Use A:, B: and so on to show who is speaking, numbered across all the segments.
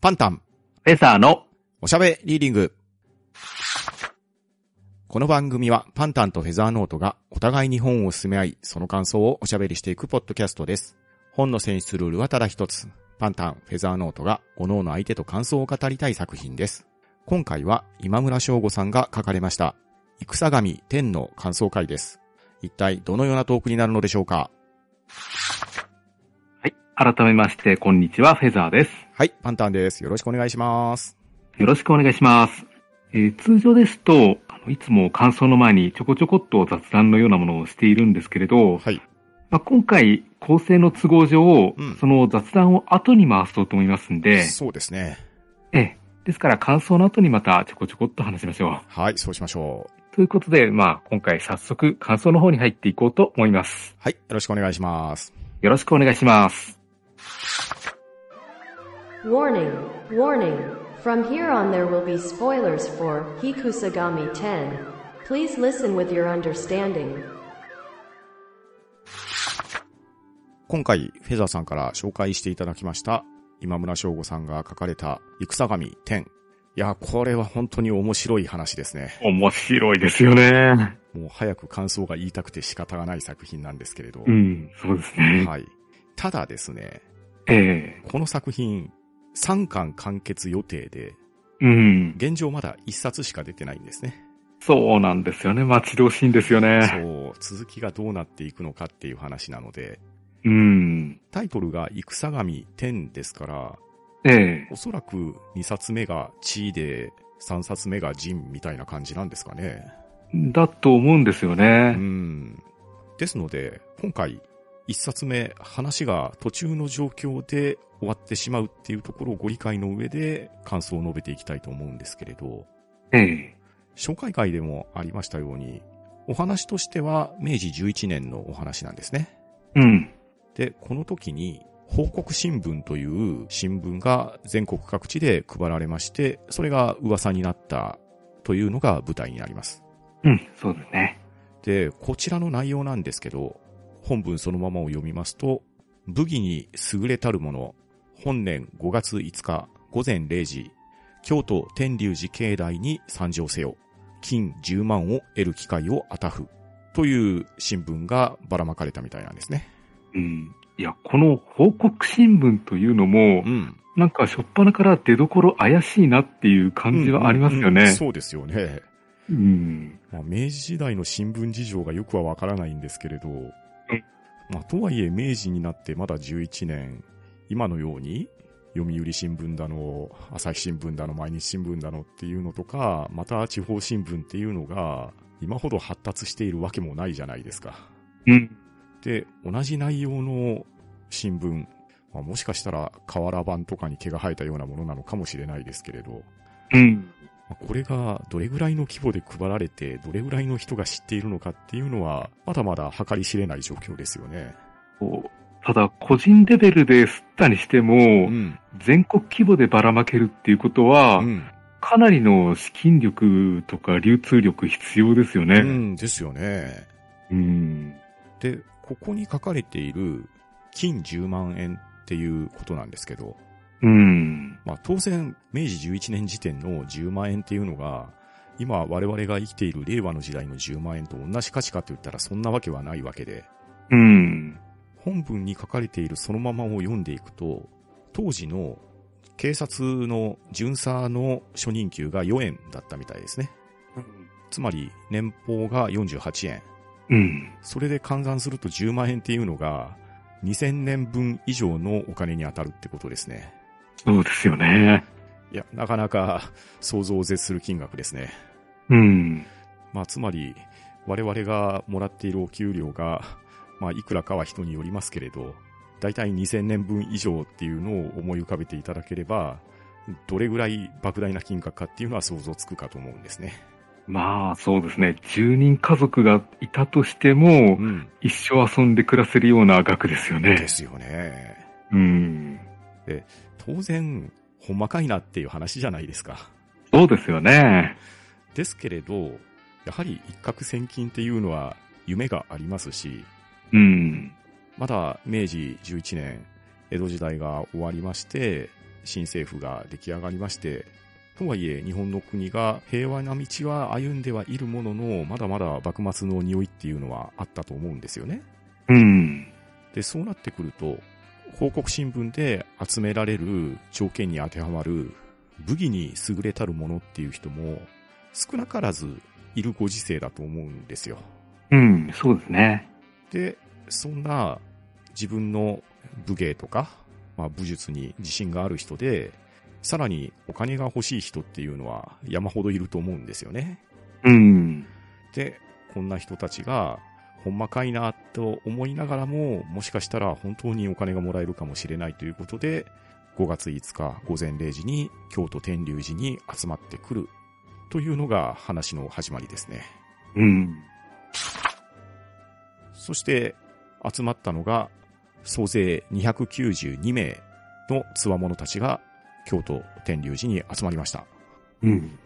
A: パンタン、
B: フェザーの、
A: おしゃべリーディング。この番組はパンタンとフェザーノートがお互いに本を進め合い、その感想をおしゃべりしていくポッドキャストです。本の選出ルールはただ一つ。パンタン、フェザーノートが各々相手と感想を語りたい作品です。今回は今村翔吾さんが書かれました。戦神天の感想会です。一体どのようなトークになるのでしょうか
B: はい。改めまして、こんにちは、フェザーです。
A: はい、パンタンです。よろしくお願いします。
B: よろしくお願いします。えー通常ですと、あのいつも感想の前にちょこちょこっと雑談のようなものをしているんですけれど、
A: はい。
B: まあ、今回、構成の都合上、
A: うん
B: その雑談を後に回そうと思いますんで、
A: そうですね。
B: ええですから感想の後にまたちょこちょこっと話しましょ
A: はい、そうしましょう。
B: う。ということで、まあ、今回早速感想の方に入っていこうと思います。
A: はい、よろしくお願いします。
B: よろしくお願いします。
C: Warning, warning. From here on there will be spoilers for Hikusagami 10. Please listen with your understanding.
A: 今回、フェザーさんから紹介していただきました、今村翔吾さんが書かれた、戦神天。いや、これは本当に面白い話ですね。
B: 面白いですよね。
A: もう早く感想が言いたくて仕方がない作品なんですけれど。
B: うん、そうですね。
A: はい。ただですね、
B: ええ
A: この作品、3巻完結予定で、
B: うん。
A: 現状まだ1冊しか出てないんですね。
B: そうなんですよね。待ち遠しいんですよね。
A: そう、続きがどうなっていくのかっていう話なので、
B: うん。
A: タイトルが戦神天ですから、
B: ええ
A: おそらく2冊目が地で、3冊目が人みたいな感じなんですかね。
B: だと思うんですよ
A: う
B: ね。
A: ん。ですので、今回、1冊目、話が途中の状況で終わってしまうっていうところをご理解の上で感想を述べていきたいと思うんですけれど、
B: ええ
A: 紹介会でもありましたように、お話としては明治11年のお話なんですね。
B: うん。
A: で、この時に、報国新聞という新聞が全国各地で配られまして、それが噂になったというのが舞台になります。
B: うん。そうですね。
A: で、こちらの内容なんですけど、本文そのままを読みますと、武義に優れたる者、本年5月5日午前0時、京都天竜寺境内に参上せよ。金10万を得る機会をあたふ。という新聞がばらまかれたみたいなんですね。
B: うん。いや、この報告新聞というのも
A: う、ん。
B: なんか初っ端から出どころ怪しいなっていう感じはありますよ
A: うんうんうん
B: ね。
A: そうですよね。
B: うん。
A: まあ、明治時代の新聞事情がよくはわからないんですけれど、まあ、とはいえ明治になってまだ11年、今のように、読売新聞だの、朝日新聞だの、毎日新聞だのっていうのとか、また地方新聞っていうのが、今ほど発達しているわけもないじゃないですか。
B: うん。
A: で、同じ内容の新聞、まあ、もしかしたら瓦版とかに毛が生えたようなものなのかもしれないですけれど、
B: うん。
A: まあこれがどれぐらいの規模で配られて、どれぐらいの人が知っているのかっていうのは、まだまだ計り知れない状況ですよね。
B: そうただ、個人レベルで吸ったにしても、
A: ん。
B: 全国規模でばらまけるっていうことは、
A: うん。
B: かなりの資金力とか流通力必要ですよ
A: う
B: ね。
A: ん、ですよね。
B: うん。
A: で、ここに書かれている、金10万円っていうことなんですけど、
B: うん。
A: まあ当然、明治11年時点の10万円っていうのが、今我々が生きている令和の時代の10万円と同じ価値かと言ったらそんなわけはないわけで、
B: うん。
A: 本文に書かれているそのままを読んでいくと、当時の警察の巡査の初任給が4円だったみたいですね。つまり年俸が48円。
B: うん。
A: それで換算すると10万円っていうのが2000年分以上のお金に当たるってことですね。
B: そうですよね。
A: いや、なかなか想像を絶する金額ですね。
B: うん。
A: まあつまり我々がもらっているお給料が、まあいくらかは人によりますけれど、だいたい2000年分以上っていうのを思い浮かべていただければ、どれぐらい莫大な金額かっていうのは想像つくかと思うんですね。
B: まあ、そうですね。10人家族がいたとしても、
A: ん。
B: 一生遊んで暮らせるような額ですよ
A: で
B: ね。
A: すよね。
B: うん。
A: 当然、ほんまかいなっていう話じゃないですか。
B: そうですよね。
A: ですけれど、やはり一攫千金っていうのは夢がありますし、
B: うん。
A: まだ明治11年、江戸時代が終わりまして、新政府が出来上がりまして、とはいえ日本の国が平和な道は歩んではいるものの、まだまだ幕末の匂いっていうのはあったと思うんですよね。
B: うん。
A: で、そうなってくると、報告新聞で集められる条件に当てはまる武器に優れたるものっていう人も少なからずいるご時世だと思うんですよ。
B: うん、そうですね。
A: で、そんな自分の武芸とか、まあ、武術に自信がある人で、さらにお金が欲しい人っていうのは山ほどいると思うんですよね。
B: うん。
A: で、こんな人たちが、ほんまかいなと思いながらも、もしかしたら本当にお金がもらえるかもしれないということで、5月5日午前0時に京都天竜寺に集まってくるというのが話の始まりですね。
B: うん。
A: そして集まったのが総勢292名の強者たちが京都天竜寺に集まりました。
B: うん。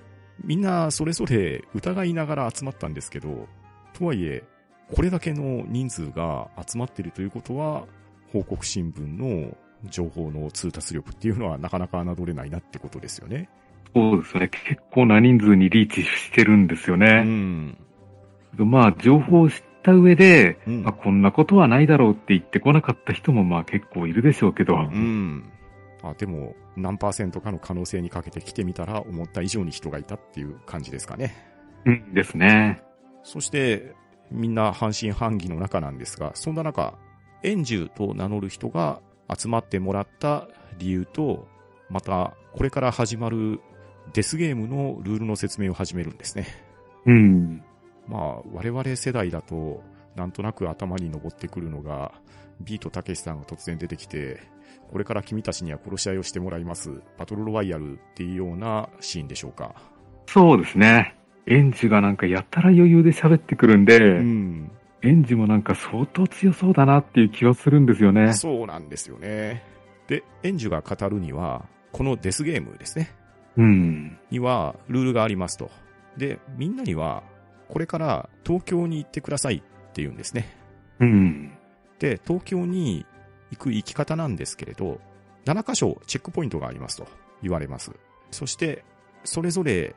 A: みんなそれぞれ疑いながら集まったんですけど、とはいえ、これだけの人数が集まっているということは、報告新聞の情報の通達力っていうのはなかなか侮れないなってことですよね。
B: そうですね。結構な人数にリーチしてるんですよ
A: う
B: ね。
A: ん。
B: まあ、情報を知った上で、
A: うん
B: まあ、こんなことはないだろうって言ってこなかった人もまあ結構いるでしょうけど。
A: うん。あ、でも、何パーセントかの可能性にかけて来てみたら、思った以上に人がいたっていう感じですかね。
B: うんですね。
A: そして、みんな半信半疑の中なんですが、そんな中、円獣と名乗る人が集まってもらった理由と、また、これから始まるデスゲームのルールの説明を始めるんですね。
B: うん。
A: まあ、我々世代だと、なんとなく頭に上ってくるのが、ビートたけしさんが突然出てきて、これから君たちには殺し合いをしてもらいます。バトルロワイヤルっていうようなシーンでしょうか。
B: そうですね。エンジがなんかやたら余裕で喋ってくるんで、
A: うん。
B: エンジもなんか相当強そうだなっていう気はするんですよね。
A: そうなんですよね。で、エンジュが語るには、このデスゲームですね。
B: うん。
A: には、ルールがありますと。で、みんなには、これから東京に行ってくださいっていうんですね。
B: うん。
A: で、東京に行く行き方なんですけれど、7箇所チェックポイントがありますと言われます。そして、それぞれ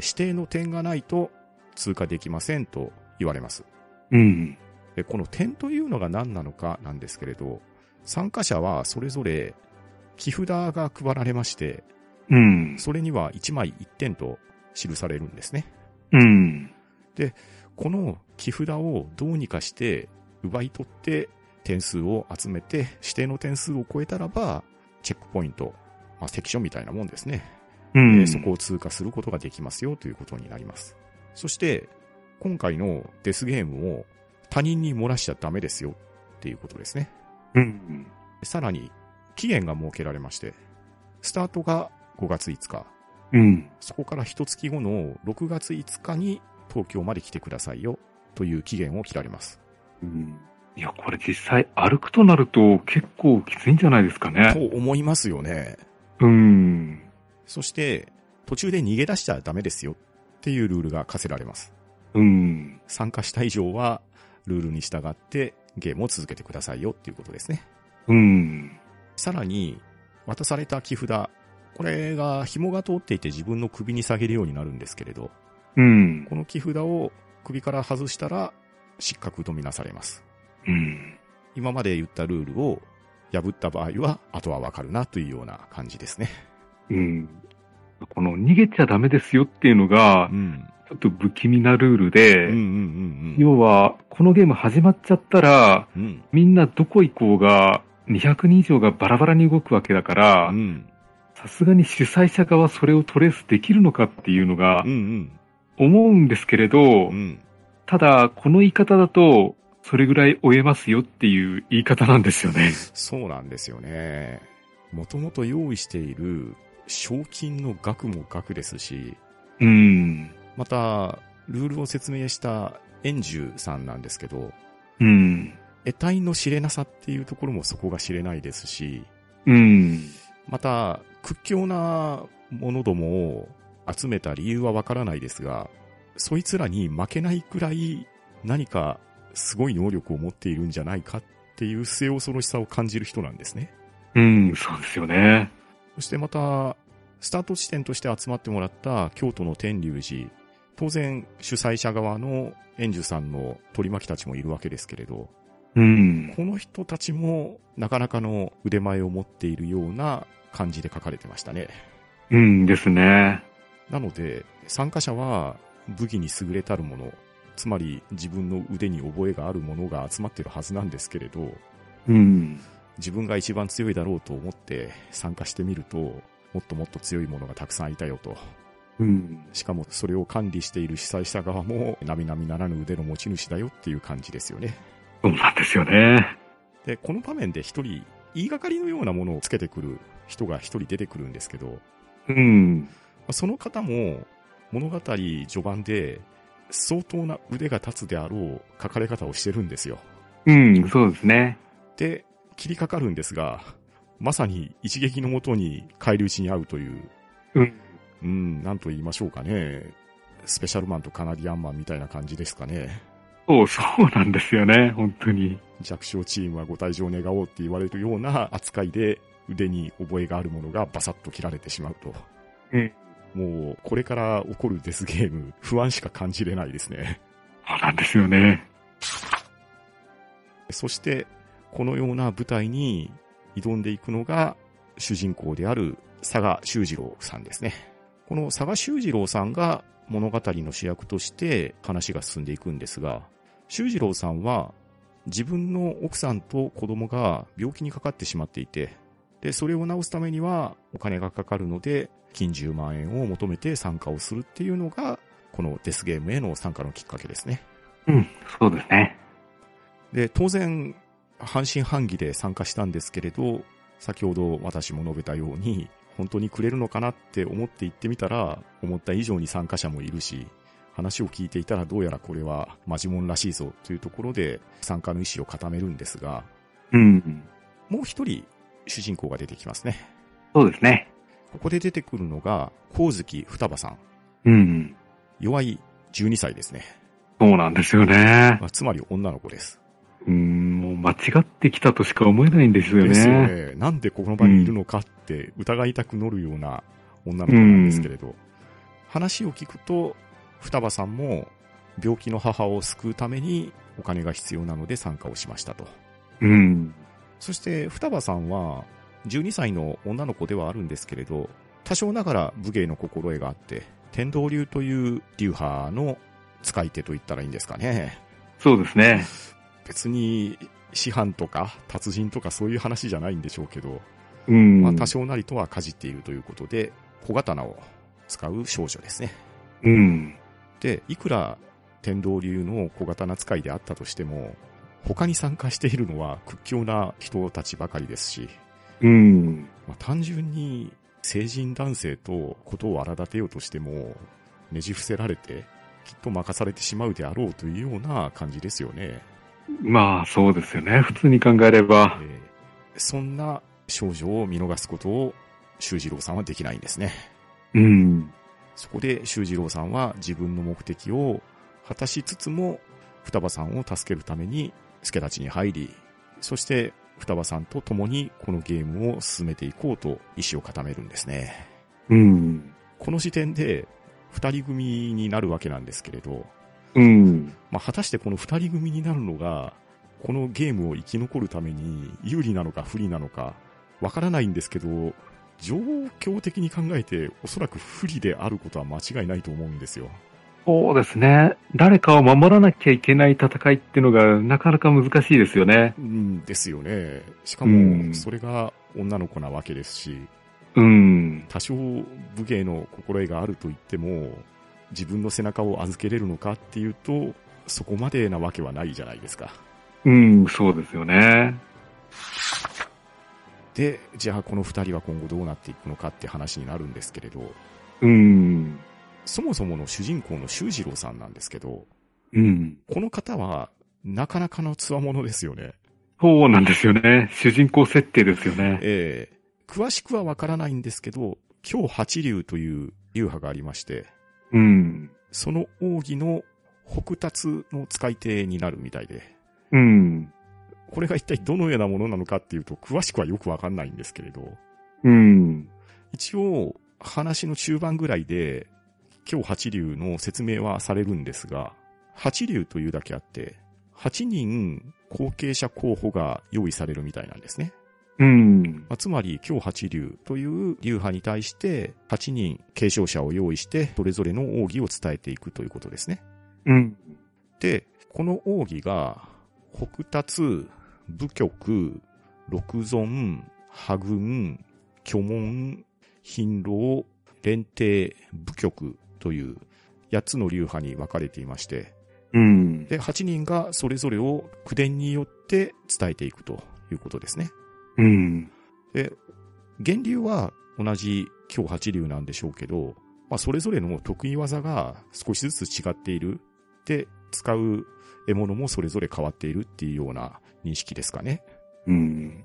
A: 指定の点がないと通過できませんと言われます。
B: うん。
A: でこの点というのが何なのかなんですけれど、参加者はそれぞれ木札が配られまして、
B: うん。
A: それには1枚1点と記されるんですね。
B: うん。
A: この木札をどうにかして奪い取って点数を集めて指定の点数を超えたらば、チェックポイント、まあ、セクションみたいなもんですね。
B: う
A: えー
B: ん。
A: そこを通過することができますよということになります。そして、今回のデスゲームを他人に漏らしちゃダメですよっていうことですね。
B: うん。
A: さらに、期限が設けられまして、スタートが5月5日、
B: うん。
A: そこから1月後の6月5日に東京まで来てくださいよという期限を切られます。
B: うん。いや、これ実際歩くとなると結構きついんじゃないですか
A: と
B: ね。
A: 思いますよね。
B: うん。
A: そして、途中で逃げ出しちゃダメですよっていうルールが課せられます。
B: うん。
A: 参加した以上は、ルールに従ってゲームを続けてくださいよっていうことですね。
B: うん。
A: さらに、渡された木札、これが紐が通っていて自分の首に下げるようになるんですけれど、
B: うん。
A: この木札を首から外したら失格とみなされます。
B: うん。
A: 今まで言ったルールを破った場合は、あとはわかるなというような感じですね。
B: うん。この逃げちゃダメですよっていうのが
A: う、ん。
B: ちょっと不気味なルール
A: う
B: で、
A: んうんうん
B: 要は、このゲーム始まっちゃったら、
A: うん。うん。
B: みんなどこ行こうが、200人以上がバラバラに動くわけだか
A: う
B: ら、
A: ん。
B: さすがに主催者側それをトレースできるのかっていうのが
A: うんうん。
B: 思うんですけれど
A: う、ん。
B: ただ、この言い方だと、それぐらい終えますよっていう言い方なんですよね。
A: そうなんですよね。もともと用意している賞金の額も額ですし、
B: うん。
A: また、ルールを説明したエンジュさんなんですけど、
B: うん。
A: 得体の知れなさっていうところもそこが知れないですし、
B: うん。
A: また、屈強な者どもを集めた理由はわからないですが、そいつらに負けないくらい何かすごい能力を持っているんじゃないかっていう末恐ろしさを感じる人なんですね。
B: うん、そうですよね。
A: そしてまた、スタート地点として集まってもらった京都の天竜寺、当然主催者側の園樹さんの取り巻きたちもいるわけですけれど、
B: うん。
A: この人たちもなかなかの腕前を持っているような感じで書かれてましたね。
B: うんですね。
A: なので、参加者は武技に優れたるもの、つまり自分の腕に覚えがあるものが集まってるはずなんですけれど、
B: うん。
A: 自分が一番強いだろうと思って参加してみると、もっともっと強いものがたくさんいたよと。
B: うん。
A: しかもそれを管理している主催者側も、並々ならぬ腕の持ち主だよっていう感じですよね。
B: そうなんですよね。
A: で、この場面で一人、言いがかりのようなものをつけてくる人が一人出てくるんですけど、
B: うん。
A: その方も物語序盤で相当な腕が立つであろう書かれ方をしてるんですよ。
B: うん、そうですね。
A: で、切りかかるんですが、まさに一撃のもとに返り討ちに遭うという、
B: うん。
A: うん、なんと言いましょうかね。スペシャルマンとカナディアンマンみたいな感じですかね。
B: そう、そうなんですよね、本当に。
A: 弱小チームはご退場願おうって言われるような扱いで腕に覚えがあるものがバサッと切られてしまうと。
B: うん
A: もう、これから起こるデスゲーム、不安しか感じれないですね。
B: そうなんですよね。
A: そして、このような舞台に挑んでいくのが、主人公である佐賀修二郎さんですね。この佐賀修二郎さんが物語の主役として話が進んでいくんですが、修二郎さんは自分の奥さんと子供が病気にかかってしまっていて、で、それを治すためにはお金がかかるので、金10万円を求めて参加をするっていうのが、このデスゲームへの参加のきっかけですね。
B: うん、そうですね。
A: で、当然、半信半疑で参加したんですけれど、先ほど私も述べたように、本当にくれるのかなって思って行ってみたら、思った以上に参加者もいるし、話を聞いていたらどうやらこれはマジモンらしいぞというところで参加の意思を固めるんですが、
B: うん。
A: もう一人主人公が出てきますね。
B: そうですね。
A: ここで出てくるのが、光月双葉さん。
B: うん。
A: 弱い12歳ですね。
B: そうなんですよね。
A: まあつまり女の子です。
B: うん、もう間違ってきたとしか思えないんですよね。
A: ですよね。なんでこの場にいるのかって疑いたくなるような女の子なんですけれど、話を聞くと、双葉さんも病気の母を救うためにお金が必要なので参加をしましたと。
B: うん。
A: そして双葉さんは12歳の女の子ではあるんですけれど、多少ながら武芸の心得があって、天道流という流派の使い手と言ったらいいんですかね。
B: そうですね。
A: 別に師範とか達人とかそういう話じゃないんでしょうけど、
B: うん。
A: まあ、多少なりとはかじっているということで、小刀を使う少女ですね。
B: うん。
A: で、いくら天道流の小刀使いであったとしても、他に参加しているのは屈強な人たちばかりですし、
B: うん。
A: まあ、単純に成人男性とことを荒立てようとしても、ねじ伏せられて、きっと任されてしまうであろうというような感じですよね。
B: まあ、そうですよね。普通に考えれ
A: え
B: ば。
A: ーそんな少女を見逃すことを修二郎さんはできないんですね。
B: うん。
A: そこで修二郎さんは自分の目的を果たしつつも、双葉さんを助けるために助太刀に入り、そして双葉さんと共にこのゲームを進めていこうと意志を固めるんですね。
B: うん。
A: この時点で二人組になるわけなんですけれど、
B: うん。
A: まあ、果たしてこの二人組になるのが、このゲームを生き残るために有利なのか不利なのか、わからないんですけど、状況的に考えておそらく不利であることは間違いないと思うんですよ。
B: そうですね。誰かを守らなきゃいけない戦いっていうのがなかなか難しいですよね。
A: うんですよね。しか
B: うん
A: も、それが女の子なわけですし、
B: うん。
A: 多少武芸の心得があると言っても、自分の背中を預けれるのかっていうと、そこまでなわけはないじゃないですか。
B: うん、そうですよね。
A: で、じゃあこの二人は今後どうなっていくのかって話になるんですけれど、
B: うん。
A: そもそもの主人公の修二郎さんなんですけど、
B: うん。
A: この方は、なかなかの強者ですよね。
B: そうなんですよね。主人公設定ですよね。
A: ええ詳しくはわからないんですけど、京八流という流派がありまして、
B: うん。
A: その奥義の北達の使い手になるみたいで、
B: うん。
A: これが一体どのようなものなのかっていうと、詳しくはよくわかんないんですけれど、
B: うん。
A: 一応、話の中盤ぐらいで、今日八流の説明はされるんですが、八流というだけあって、8人後継者候補が用意されるみたいなんですね。
B: うん。
A: まあ、つまり、今日八流という流派に対して、8人継承者を用意して、それぞれの奥義を伝えていくということですね。
B: うん。
A: で、この奥義が、北達、武局、六尊、波軍、巨門、貧労、連帝、武局という8つの流派に分かれていまして、
B: うん。
A: で、8人がそれぞれを口伝によって伝えていくということですね。
B: うん。
A: で、源流は同じ今日八流なんでしょうけど、まあ、それぞれの得意技が少しずつ違っている。で、使う獲物もそれぞれ変わっているっていうような認識ですかね。
B: うん。で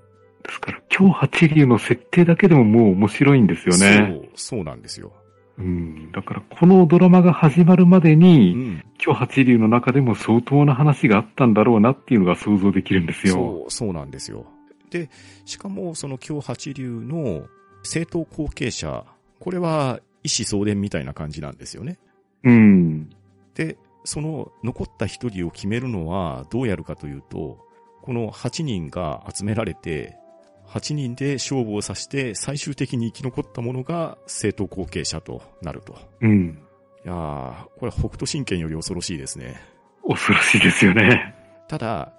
B: すから、今日八流の設定だけでももう面白いんですよね。
A: そう、そうなんですよ。
B: うん。だから、このドラマが始まるまでに、
A: ん。
B: 今日八流の中でも相当な話があったんだろうなっていうのが想像できるんですよ。
A: そう、そうなんですよ。で、しかもその今日八流の正当後継者、これは意思相伝みたいな感じなんですよね。
B: うん。
A: で、その残った一人を決めるのはどうやるかというと、この8人が集められて、8人で勝負をさせて最終的に生き残ったものが正当後継者となると。
B: うん。
A: いやー、これは北斗神拳より恐ろしいですね。
B: 恐ろしいですよね。
A: ただ、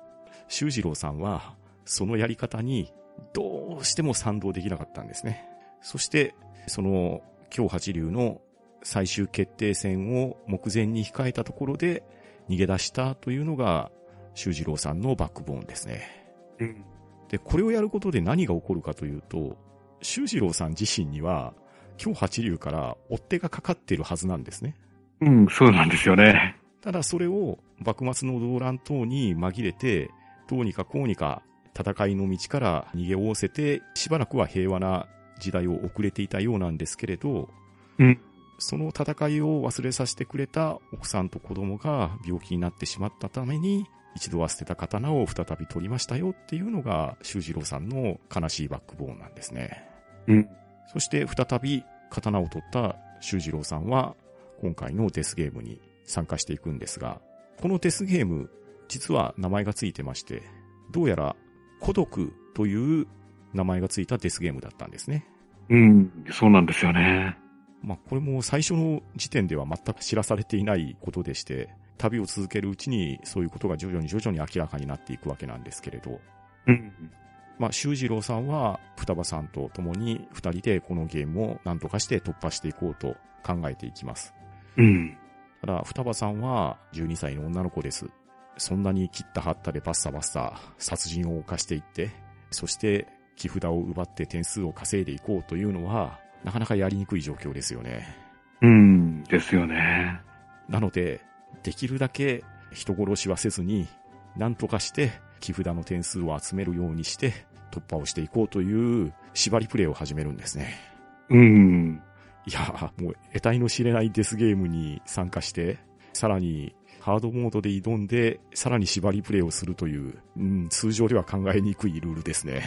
A: 修二郎さんは、そのやり方にどうしても賛同できなかったんですね。そして、その、京八流の最終決定戦を目前に控えたところで逃げ出したというのが、修二郎さんのバックボーンですね。
B: うん。
A: で、これをやることで何が起こるかというと、修二郎さん自身には、京八流から追っ手がかかっているはずなんですね。
B: うん、そうなんですよね。
A: ただそれを幕末の動乱等に紛れて、どうにかこうにか戦いの道から逃げおおせて、しばらくは平和な時代を遅れていたようなんですけれど、
B: うん
A: その戦いを忘れさせてくれた奥さんと子供が病気になってしまったために、一度は捨てた刀を再び取りましたよっていうのが修二郎さんの悲しいバックボーンなんですね。
B: うん。
A: そして再び刀を取った修二郎さんは今回のデスゲームに参加していくんですが、このデスゲーム、実は名前がついてまして、どうやら孤独という名前がついたデスゲームだったんですね。
B: うん、そうなんですよね。
A: まあこれも最初の時点では全く知らされていないことでして、旅を続けるうちにそういうことが徐々に徐々に明らかになっていくわけなんですけれど、
B: うん。
A: まあ、修二郎さんは、双葉さんと共に二人でこのゲームを何とかして突破していこうと考えていきます。
B: うん。
A: ただ、双葉さんは12歳の女の子です。そんなに切った張ったでバッサバッサ殺人を犯していって、そして木札を奪って点数を稼いでいこうというのは、なかなかやりにくい状況ですよね。
B: うん、ですよね。
A: なので、できるだけ人殺しはせずに、なんとかして木札の点数を集めるようにして、突破をしていこうという縛りプレイを始めるんですね。
B: うん。
A: いや、もう得体の知れないデスゲームに参加して、さらにハードモードで挑んで、さらに縛りプレイをするという、うん、通常では考えにくいルールですね。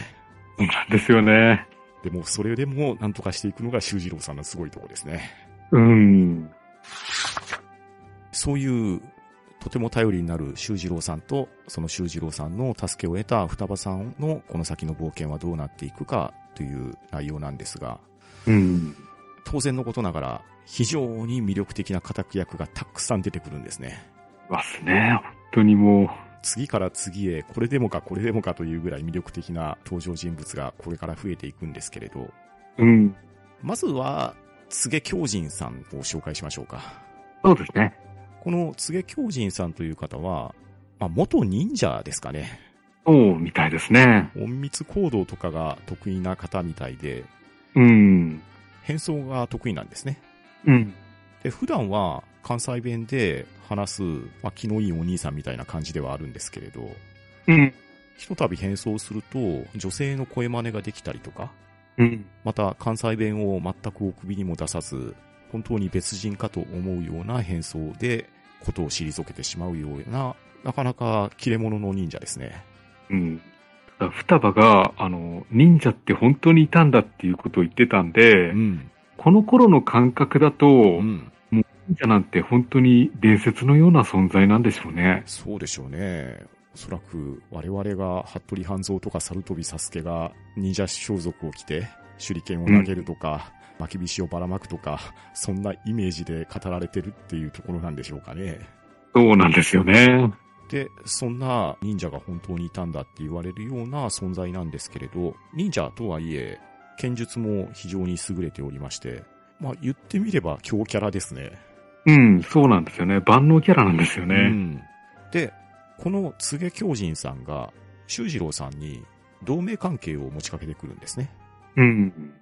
B: そうなんですよね。
A: でも、それでもなんとかしていくのが修二郎さんのすごいところですね。
B: うん。
A: そういう、とても頼りになる修二郎さんと、その修二郎さんの助けを得た双葉さんのこの先の冒険はどうなっていくかという内容なんですが、
B: うん。
A: 当然のことながら、非常に魅力的な敵役がたくさん出てくるんですね。
B: ますね。本当にも
A: 次から次へ、これでもかこれでもかというぐらい魅力的な登場人物がこれから増えていくんですけれど、
B: う。うん。
A: まずは、柘植狂人さんを紹介しましょうか。
B: そうですね。
A: この柘植狂人さんという方は、まあ、元忍者ですかね。
B: そうみたいですね。
A: 隠密行動とかが得意な方みたいで、
B: うん。
A: 変装が得意なんですね。
B: うん。
A: で、普段は関西弁で話す、まあ、気のいいお兄さんみたいな感じではあるんですけれど、
B: うん。
A: ひとたび変装すると、女性の声真似ができたりとか、
B: うん。
A: また関西弁を全くお首にも出さず、本当に別人かと思うような変装で、ことを退けてしまうような、なかなか切れ者の忍者ですね。
B: うん。だから双葉が、あの、忍者って本当にいたんだっていうことを言ってたんで、
A: うん。
B: この頃の感覚だと、
A: うん。
B: 忍者なんて本当に伝説のような存在なんでしょうね。
A: そうでしょうね。おそらく、我々が、服部半蔵とか猿飛びサスケが、忍者装束を着て、手裏剣を投げるとか、巻き菱をばらまくとか、そんなイメージで語られてるっていうところなんでしょうかね。
B: そうなんですよね。
A: で、そんな忍者が本当にいたんだって言われるような存在なんですけれど、忍者とはいえ、剣術も非常に優れておりまして、まあ言ってみれば強キャラですね。
B: うん、そうなんですよね。万能キャラなんですよ
A: う
B: ね。
A: ん。で、この柘植狂人さんが、修二郎さんに同盟関係を持ちかけてくるんですね。
B: うん。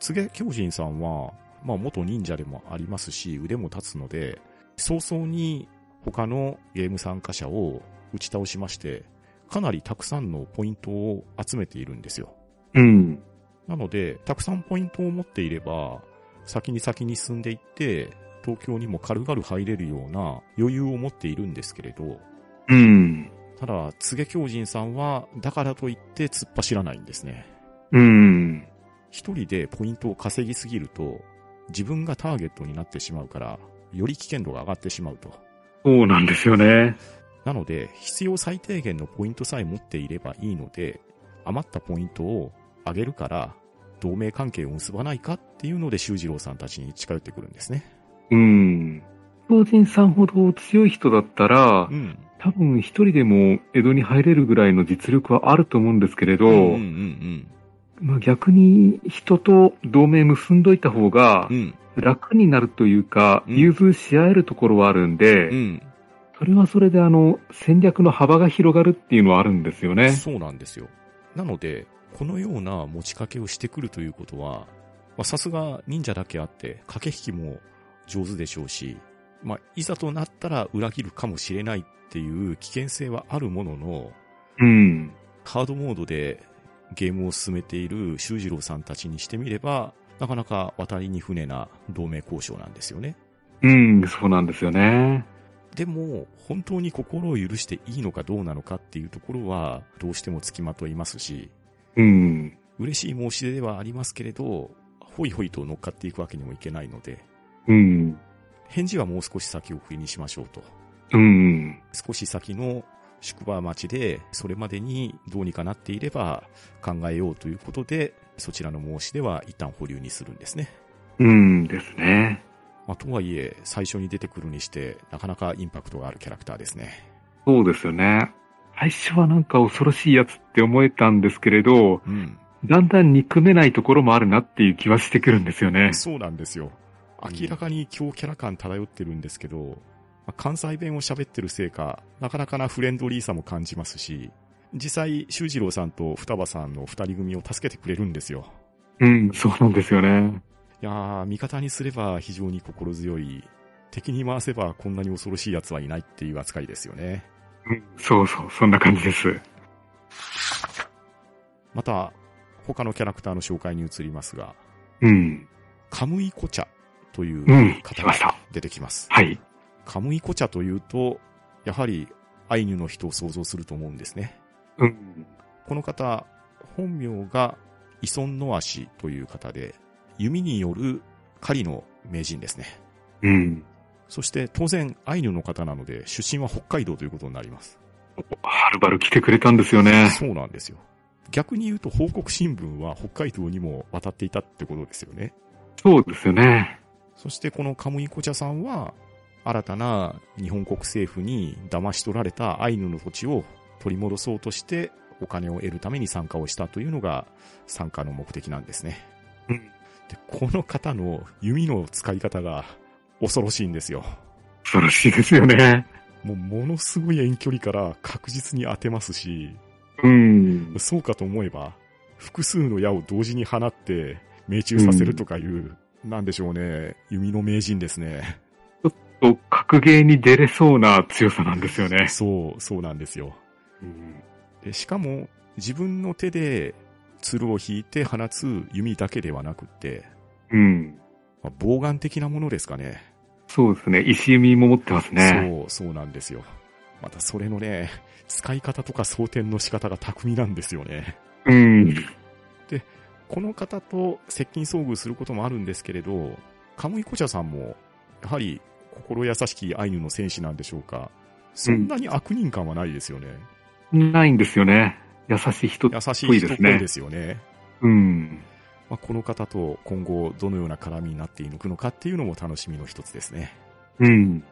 A: 柘植狂人さんは、まあ元忍者でもありますし、腕も立つので、早々に他のゲーム参加者を打ち倒しまして、かなりたくさんのポイントを集めているんですよ。
B: うん。
A: なので、たくさんポイントを持っていれば、先に先に進んでいって、東京にも軽々入れるような余裕を持っているんですけれど、
B: うん。
A: ただ、柘植狂人さんは、だからといって突っ走らないんですね。
B: うん。
A: 一人でポイントを稼ぎすぎると、自分がターゲットになってしまうから、より危険度が上がってしまうと。
B: そうなんですよね。
A: なので、必要最低限のポイントさえ持っていればいいので、余ったポイントを上げるから、同盟関係を結ばないかっていうので、修二郎さんたちに近寄ってくるんですね。
B: うん。老人さんほど強い人だったら、
A: うん。
B: 多分一人でも江戸に入れるぐらいの実力はあると思うんですけれど、
A: うんうん
B: まあ、逆に人と同盟結んどいた方が
A: うん。うん。
B: 楽になるというか、
A: うん
B: 融通し合えるところはあるんで、
A: うん。
B: それはそれであの戦略の幅が広がるっていうのはあるんですよね。
A: そうなんですよ。なので、このような持ちかけをしてくるということは、まあさすが忍者だけあって、駆け引きも上手でしょうし、まあ、いざとなったら裏切るかもしれないっていう危険性はあるものの、
B: うん。
A: ハードモードでゲームを進めている修二郎さんたちにしてみれば、なかなか渡りに船な同盟交渉なんですよね。
B: うん、そうなんですよね。
A: でも、本当に心を許していいのかどうなのかっていうところは、どうしてもつきまといますし、
B: うん。
A: 嬉しい申し出ではありますけれど、ほいほいと乗っかっていくわけにもいけないので、
B: うん。
A: 返事はもう少し先送りにしましょうと。
B: うん。
A: 少し先の宿場町で、それまでにどうにかなっていれば考えようということで、そちらの申し出は一旦保留にするんですね。
B: うんですね。
A: まあ、とはいえ、最初に出てくるにして、なかなかインパクトがあるキャラクターですね。
B: そうですよね。最初はなんか恐ろしいやつって思えたんですけれど、
A: うん。
B: だんだん憎めないところもあるなっていう気はしてくるんですよね。
A: そうなんですよ。明らかに強キャラ感漂ってるんですけど、まあ関西弁を喋ってるせいか、なかなかなフレンドリーさも感じますし、実際、修二郎さんと双葉さんの二人組を助けてくれるんですよ。
B: うん、そうなんですよね。
A: いやー、味方にすれば非常に心強い。敵に回せばこんなに恐ろしい奴はいないっていう扱いですよね。
B: うんそうそう、そんな感じです。
A: また、他のキャラクターの紹介に移りますが、
B: うん。
A: カムイコチャという
B: うん、来
A: 方
B: ま
A: が
B: した。
A: 出てきます。
B: はい。
A: カムイコチャというと、やはりアイヌの人を想像すると思うんですね。
B: うん。
A: この方、本名がイソンノアシという方で、弓による狩りの名人ですね。
B: うん。
A: そして当然アイヌの方なので出身は北海道ということになります。
B: はるばる来てくれたんですよね。
A: そうなんですよ。逆に言うと報告新聞は北海道にも渡っていたってことですよね。
B: そうですよね。
A: そしてこのカムイコチャさんは、新たな日本国政府に騙し取られたアイヌの土地を取り戻そうとして、お金を得るために参加をしたというのが参加の目的なんですね。
B: うん。
A: で、この方の弓の使い方が恐ろしいんですよ。
B: 恐ろしいですよね。
A: もうものすごい遠距離から確実に当てますし、
B: うん。
A: そうかと思えば、複数の矢を同時に放って命中させるとかいう、なんでしょうね、弓の名人ですね。
B: と、格ゲーに出れそうな強さなんですよね。
A: そう、そうなんですよ。で、しかも、自分の手で、鶴を引いて放つ弓だけではなくって、
B: うん。
A: まあ棒眼的なものですかね。
B: そうですね。石弓も持ってますね。
A: そう、そうなんですよ。またそれのね、使い方とか装填の仕方が巧みなんですよね。
B: うん。
A: この方と接近遭遇することもあるんですけれど、カムイコチャさんも、やはり心優しきアイヌの戦士なんでしょうか。そんなに悪人感はないですよね。
B: ないんですよね。優しい人っ
A: 優し
B: ぽ
A: い
B: い
A: 人
B: で
A: っ
B: す
A: ぽい
B: ね
A: で。すよね。
B: うん。
A: まあ、この方と今後どのような絡みになっていくのかっていうのも楽しみの一つですね。
B: うん。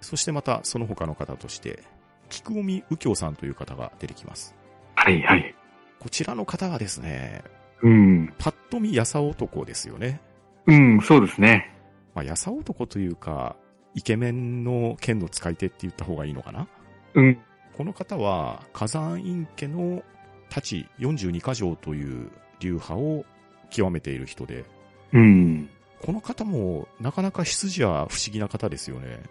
A: そしてまたその他の方として、菊臣右京さんという方が出てきます。
B: はいはい。
A: こちらの方はですね、
B: うん。
A: パッと見やさ男ですよね。
B: うん、そうですね。
A: まあ、やさ男というか、イケメンの剣の使い手って言った方がいいのかな
B: うん。
A: この方は、火山院家の太刀42箇条という流派を極めている人で、
B: うん。
A: この方もなかなか羊は不思議な方ですよね。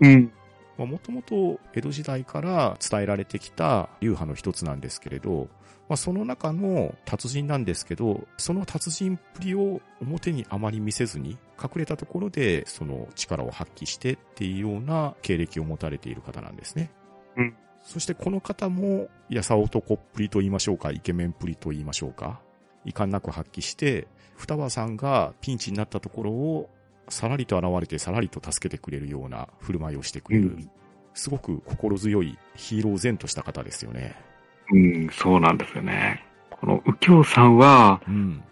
B: うん。
A: まあ、もともと江戸時代から伝えられてきた流派の一つなんですけれど、まあ、その中の達人なんですけど、その達人っぷりを表にあまり見せずに、隠れたところでその力を発揮してっていうような経歴を持たれている方なんですね。
B: うん
A: そしてこの方も、やさ男っぷりと言いましょうか、イケメンっぷりと言いましょうか、遺憾なく発揮して、双葉さんがピンチになったところをさらりと現れてさらりと助けてくれるような振る舞いをしてくれる、
B: うん
A: すごく心強いヒーロー前とした方ですよね。
B: うん、そうなんですよね。この右京さんは、
A: うん。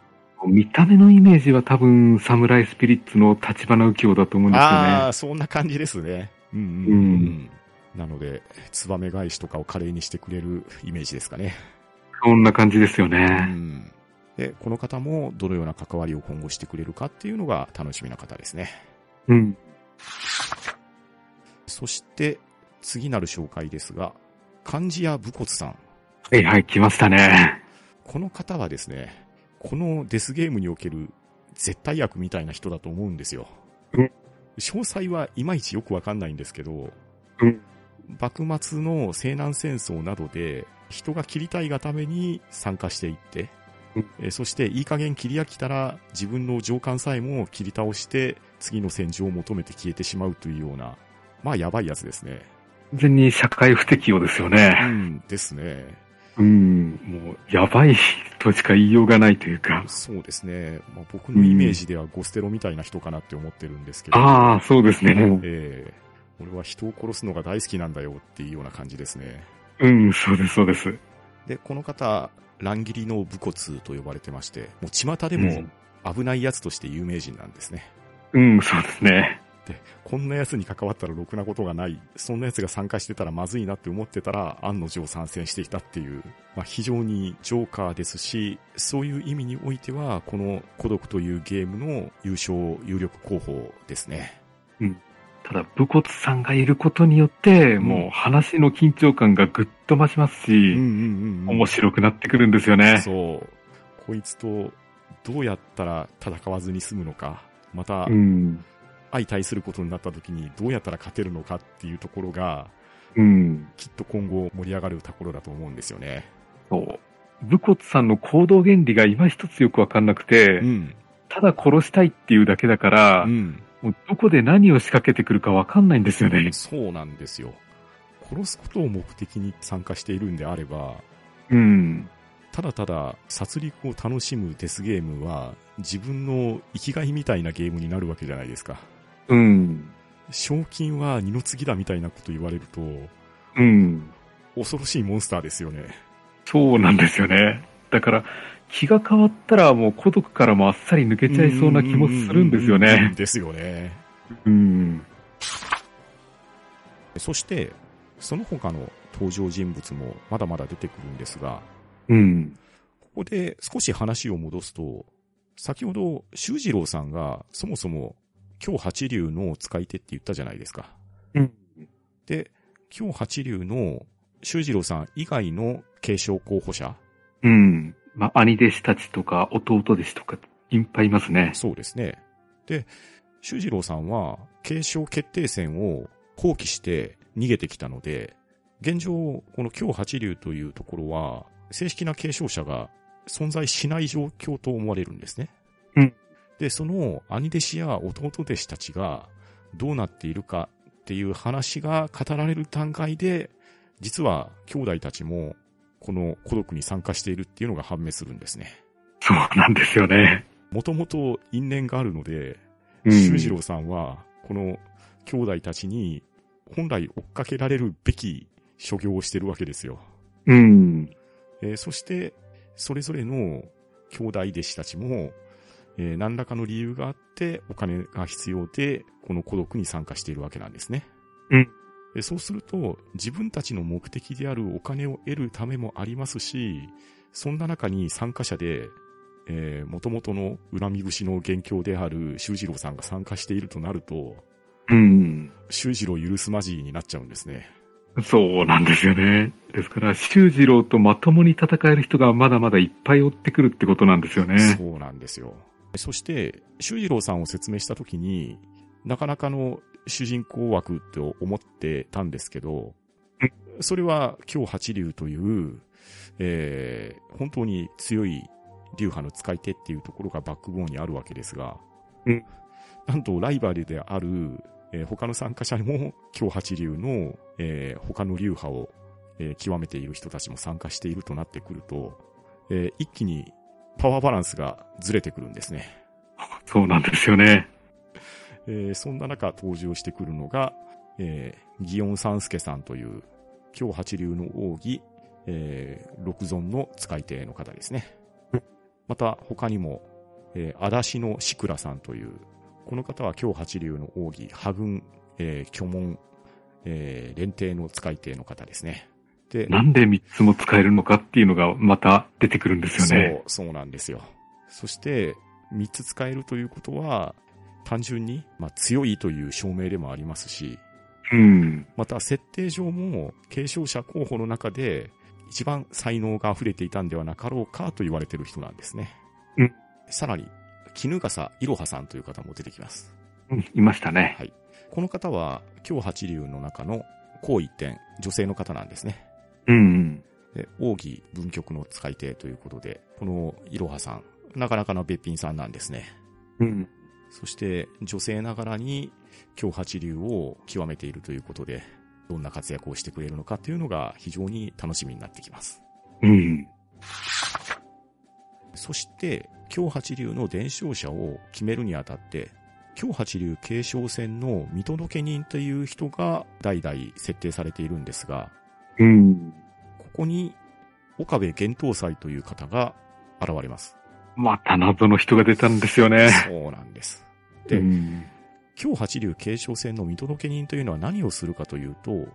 B: 見た目のイメージは多分、サムライスピリッツの立花右京だと思うんです
A: あ
B: よ
A: あ、そんな感じですね。うんうん、
B: う
A: うん
B: ん。
A: なので、ツバメ返しとかを華麗にしてくれるイメージですかね。
B: ね。そんな感じですよ
A: う
B: ね。
A: ん。で、この方もどのような関わりを今後してくれるかっていうのが楽しみな方ですね。
B: うん。
A: そして、次なる紹介ですが、漢字屋武骨さん。
B: はいはい、来ましたね。
A: この方はですね、このデスゲームにおける絶対悪みたいな人だと思うんですよ
B: うん。
A: 詳細はいまいちよくわかんないんですけど、
B: うん。
A: 幕末の西南戦争などで人が切りたいがために参加していって
B: うん、
A: えそしていい加減切り飽きたら自分の上官さえも切り倒して次の戦場を求めて消えてしまうというような、まあやばいやつですね。
B: 完全に社会不適応ですよ
A: う
B: ね。
A: ん、ですね。
B: うん。もう、やばいとしか言いようがないというか。
A: そうですね。まあ、僕のイメージではゴステロみたいな人かなって思ってるんですけど。
B: ああ、そうですね。
A: ええ俺は人を殺すのが大好きなんだよっていうような感じですね。
B: うん、そうです、そうです。
A: で、この方、乱切りの武骨と呼ばれてまして、もう巷で
B: う
A: も
B: ん
A: 危ない奴として有名人なんですね。
B: うん、そうですね。
A: で、こんな奴に関わったらろくなことがない、そんな奴が参加してたらまずいなって思ってたら、案の定参戦していたっていう、まあ、非常にジョーカーですし、そういう意味においては、この孤独というゲームの優勝有力候補ですね。
B: ただ、武骨さんがいることによって、
A: ん
B: もう話の緊張感がぐっと増します
A: う
B: し、
A: んうん
B: 面白くなってくるんですよね。
A: そう。こいつとどうやったら戦わずに済むのか、また
B: うん。
A: 相対することになった時にどうやったら勝てるのかっていうところが、
B: うん。
A: きっと今後盛り上がるところだと思うんですよね。
B: そう。武骨さんの行動原理が今一つよくわかんなくて、
A: うん。
B: ただ殺したいっていうだけだから、
A: うん。
B: もうどこで何を仕掛けてくるかわかんないんですよね。
A: そうなんですよ。殺すことを目的に参加しているんであれば、
B: うん。
A: ただただ殺戮を楽しむデスゲームは自分の生きがいみたいなゲームになるわけじゃないですか。
B: うん。
A: 賞金は二の次だみたいなこと言われると、
B: うん。
A: 恐ろしいモンスターですよね。
B: そうなんですよね。だから、気が変わったらもう孤独からもあっさり抜けちゃいそうな気もするんですよ
A: うんうんうんうん
B: ね。
A: ですよね。
B: うん。
A: そして、その他の登場人物もまだまだ出てくるんですが、
B: うん。
A: ここで少し話を戻すと、先ほど修二郎さんがそもそも京八流の使い手って言ったじゃないですか。
B: うん。
A: で、京八流の修二郎さん以外の継承候補者、
B: うん。まあ、兄弟子たちとか弟弟子とか、いっぱいいますね。
A: そうですね。で、修二郎さんは継承決定戦を放棄して逃げてきたので、現状、この京八流というところは、正式な継承者が存在しない状況と思われるんですね。
B: うん
A: で、その兄弟子や弟弟子たちがどうなっているかっていう話が語られる段階で、実は兄弟たちも、この孤独に参加しているっていうのが判明するんですね。
B: そうなんですよね。
A: もともと因縁があるので、
B: うん。
A: 修次郎さんは、この兄弟たちに、本来追っかけられるべき所業をしてるわけですよ。
B: うん。
A: えーそして、それぞれの兄弟弟子たちも、えー何らかの理由があってお金が必要で、この孤独に参加しているわけなんですね。
B: うん
A: えーそうすると、自分たちの目的であるお金を得るためもありますし、そんな中に参加者で、えー元々の恨み節の元凶である修二郎さんが参加しているとなると、
B: うん。
A: 修二郎許すまじいになっちゃうんですね。
B: そうなんですよね。ですから、修二郎とまともに戦える人がまだまだいっぱい追ってくるってことなんですよね。
A: そうなんですよ。そして、修二郎さんを説明したときに、なかなかの主人公枠と思ってたんですけど、それは京八流という、えー本当に強い流派の使い手っていうところがバックボーンにあるわけですが、
B: うん
A: なんとライバルである、えー他の参加者も京八流の、えー他の流派を、えー極めている人たちも参加しているとなってくると、えー一気にパワーバランスがずれてくるんですね。
B: そうなんですよね。
A: えーそんな中登場してくるのが、えー、祇園三助さんという、京八流の奥義、えー六尊の使い手の方ですね。また他にも、えー、足立の志倉さんという、この方は京八流の奥義、波軍、えー巨門、えー連帝の使い手の方ですね。で、
B: なんで三つも使えるのかっていうのがまた出てくるんですよね。
A: そう、そうなんですよ。そして、3つ使えるということは、単純に、まあ、強いという証明でもありますし、
B: うん。
A: また設定上も継承者候補の中で一番才能が溢れていたんではなかろうかと言われてる人なんですね。
B: うん
A: さらに、絹笠いろはさんという方も出てきます。
B: うんいましたね。
A: この方は、京八流の中の高一点、女性の方なんですね。
B: うん。
A: で、奥義文曲の使い手ということで、このいろはさん、なかなかのべっぴんさんなんですね。
B: うん。
A: そして女性ながらに京八流を極めているということで、どんな活躍をしてくれるのかというのが非常に楽しみになってきます。
B: うん。
A: そして、京八流の伝承者を決めるにあたって、京八流継承戦の見届け人という人が代々設定されているんですが、
B: うん。
A: ここに岡部玄東斎という方が現れます。
B: また謎の人が出たんですよね。
A: そうなんです。で
B: うん。
A: 京八流継承戦の見届け人というのは何をするかというと、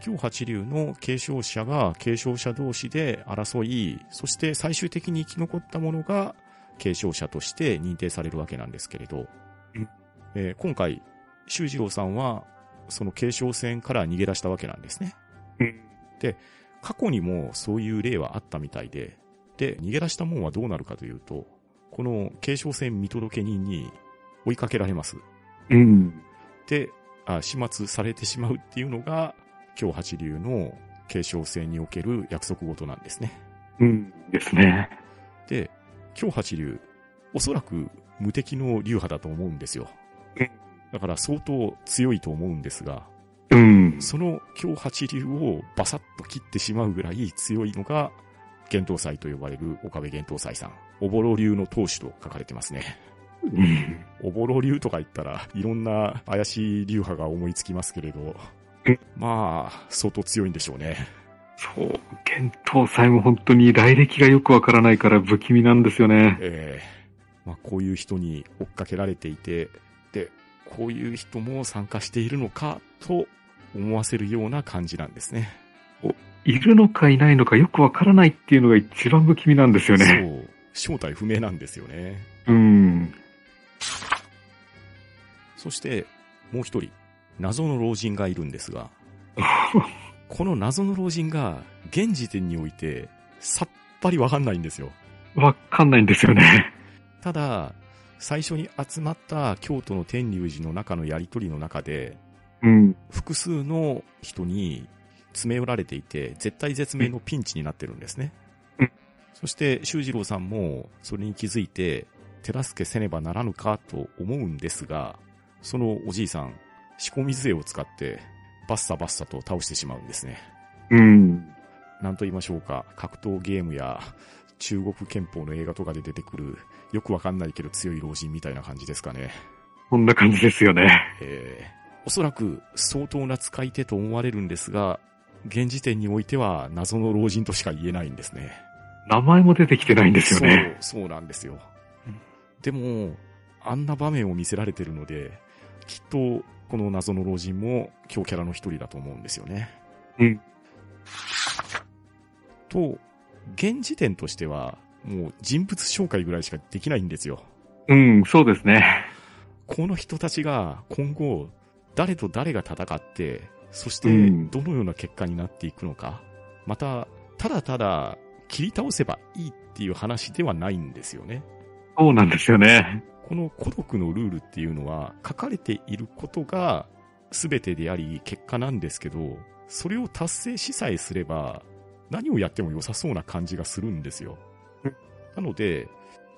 A: 京八流の継承者が継承者同士で争い、そして最終的に生き残ったものが継承者として認定されるわけなんですけれど
B: うん、
A: えー今回、修二郎さんはその継承戦から逃げ出したわけなんですね。
B: うん
A: 過去にもそういう例はあったみたいで、で、逃げ出したもんはどうなるかというと、この継承戦見届け人に追いかけられます。
B: うん。
A: で、あ始末されてしまうっていうのが、京八流の継承性における約束事なんですね。
B: うん。ですね。
A: で、京八流、おそらく無敵の流派だと思うんですよ
B: うん。
A: だから相当強いと思うんですが、
B: うん。
A: その京八流をバサッと切ってしまうぐらい強いのが、幻冬祭と呼ばれる岡部幻冬祭さん。おぼろ流の当主と書かれてますね。
B: うん。
A: おぼろ流とか言ったら、いろんな怪しい流派が思いつきますけれど
B: え、
A: まあ、相当強いんでしょうね。
B: そう。剣闘祭も本当に来歴がよくわからないから不気味なんですよね。
A: ええまあ、こういう人に追っかけられていて、で、こういう人も参加しているのか、と思わせるような感じなんですね。
B: いるのかいないのかよくわからないっていうのが一番不気味なんですよ
A: そ
B: ね。
A: う、正体不明なんですよね。
B: うん。
A: そして、もう一人、謎の老人がいるんです が、この謎の老人が、現時点において、さっぱりわかんないんですよ。
B: わかんないんですよね。
A: ただ、最初に集まった京都の天龍寺の中のやりとりの中で、
B: うん。
A: 複数の人に詰め寄られていて、絶対絶命のピンチになってるんですね
B: うん。
A: そして、修二郎さんもそれに気づいて、手助けせねばならぬかと思うんですが、そのおじいさん、仕込み杖を使って、バッサバッサと倒してしまうんですね。
B: うん。
A: なんと言いましょうか、格闘ゲームや中国憲法の映画とかで出てくる、よくわかんないけど強い老人みたいな感じですかね。
B: そんな感じですよね。
A: えーおそらく相当な使い手と思われるんですが、現時点においては謎の老人としか言えないんですね。
B: 名前も出てきてないんですよね。
A: そう、そうなんですよ
B: うん。
A: でも、あんな場面を見せられてるので、きっと、この謎の老人も強キャラの一人だと思うんですよね。
B: うん
A: と、現時点としては、もう人物紹介ぐらいしかできないんですよ。
B: うん、そうですね。
A: この人たちが今後、誰と誰が戦って、そして
B: うん
A: どのような結果になっていくのか、また、ただただ切り倒せばいいっていう話ではないんですよね。
B: そうなんですよね。
A: この孤独のルールっていうのは書かれていることが全てであり結果なんですけど、それを達成しさえすれば何をやっても良さそうな感じがするんですよ
B: うん。
A: なので、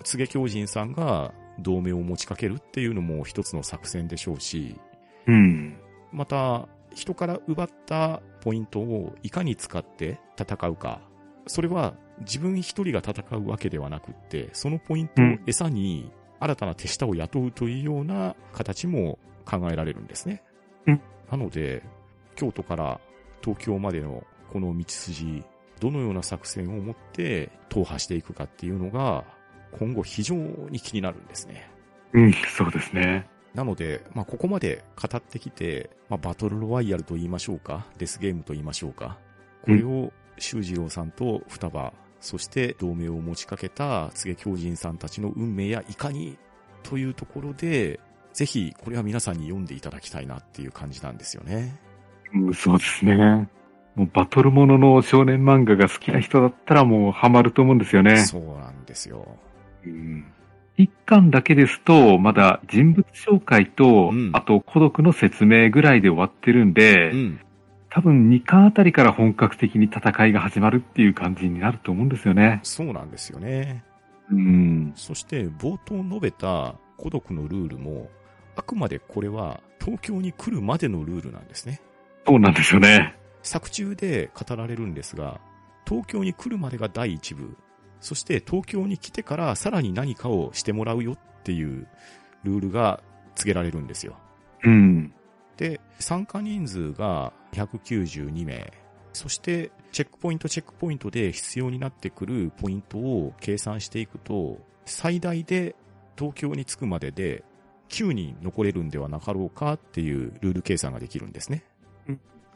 A: 柘植狂人さんが同盟を持ちかけるっていうのも一つの作戦でしょうし、
B: うん。
A: また人から奪ったポイントをいかに使って戦うか、それは自分一人が戦うわけではなくって、そのポイントを餌に新たな手下を雇うというような形も考えられるんですね。
B: うん
A: なので、京都から東京までのこの道筋、どのような作戦を持って踏破していくかっていうのが、今後非常に気になるんですね。
B: うん、そうですね。
A: なので、まあ、ここまで語ってきて、まあ、バトルロワイヤルと言いましょうか、デスゲームと言いましょうか、これを修二郎さんと双葉、そして同盟を持ちかけた柘植狂人さんたちの運命やいかにというところで、ぜひこれは皆さんに読んでいただきたいなっていう感じなんですよね。
B: うん、そうですね。もうバトルものの少年漫画が好きな人だったらもうハマると思うんですよね。
A: そうなんですよ。
B: うん一巻だけですと、まだ人物紹介と、
A: うん
B: あと孤独の説明ぐらいで終わってるんで、
A: うん。
B: 多分2巻あたりから本格的に戦いが始まるっていう感じになると思うんですよね。
A: そうなんですよね。
B: うん。
A: そして冒頭述べた孤独のルールも、あくまでこれは東京に来るまでのルールなんですね。
B: そうなんですよね。
A: 作中で語られるんですが、東京に来るまでが第一部、そして東京に来てからさらに何かをしてもらうよっていうルールが告げられるんですよ。
B: うん。
A: で、参加人数が192名、そしてチェックポイントチェックポイントで必要になってくるポイントを計算していくと、最大で東京に着くまでで9人残れるんではなかろうかっていうルール計算ができるんですね。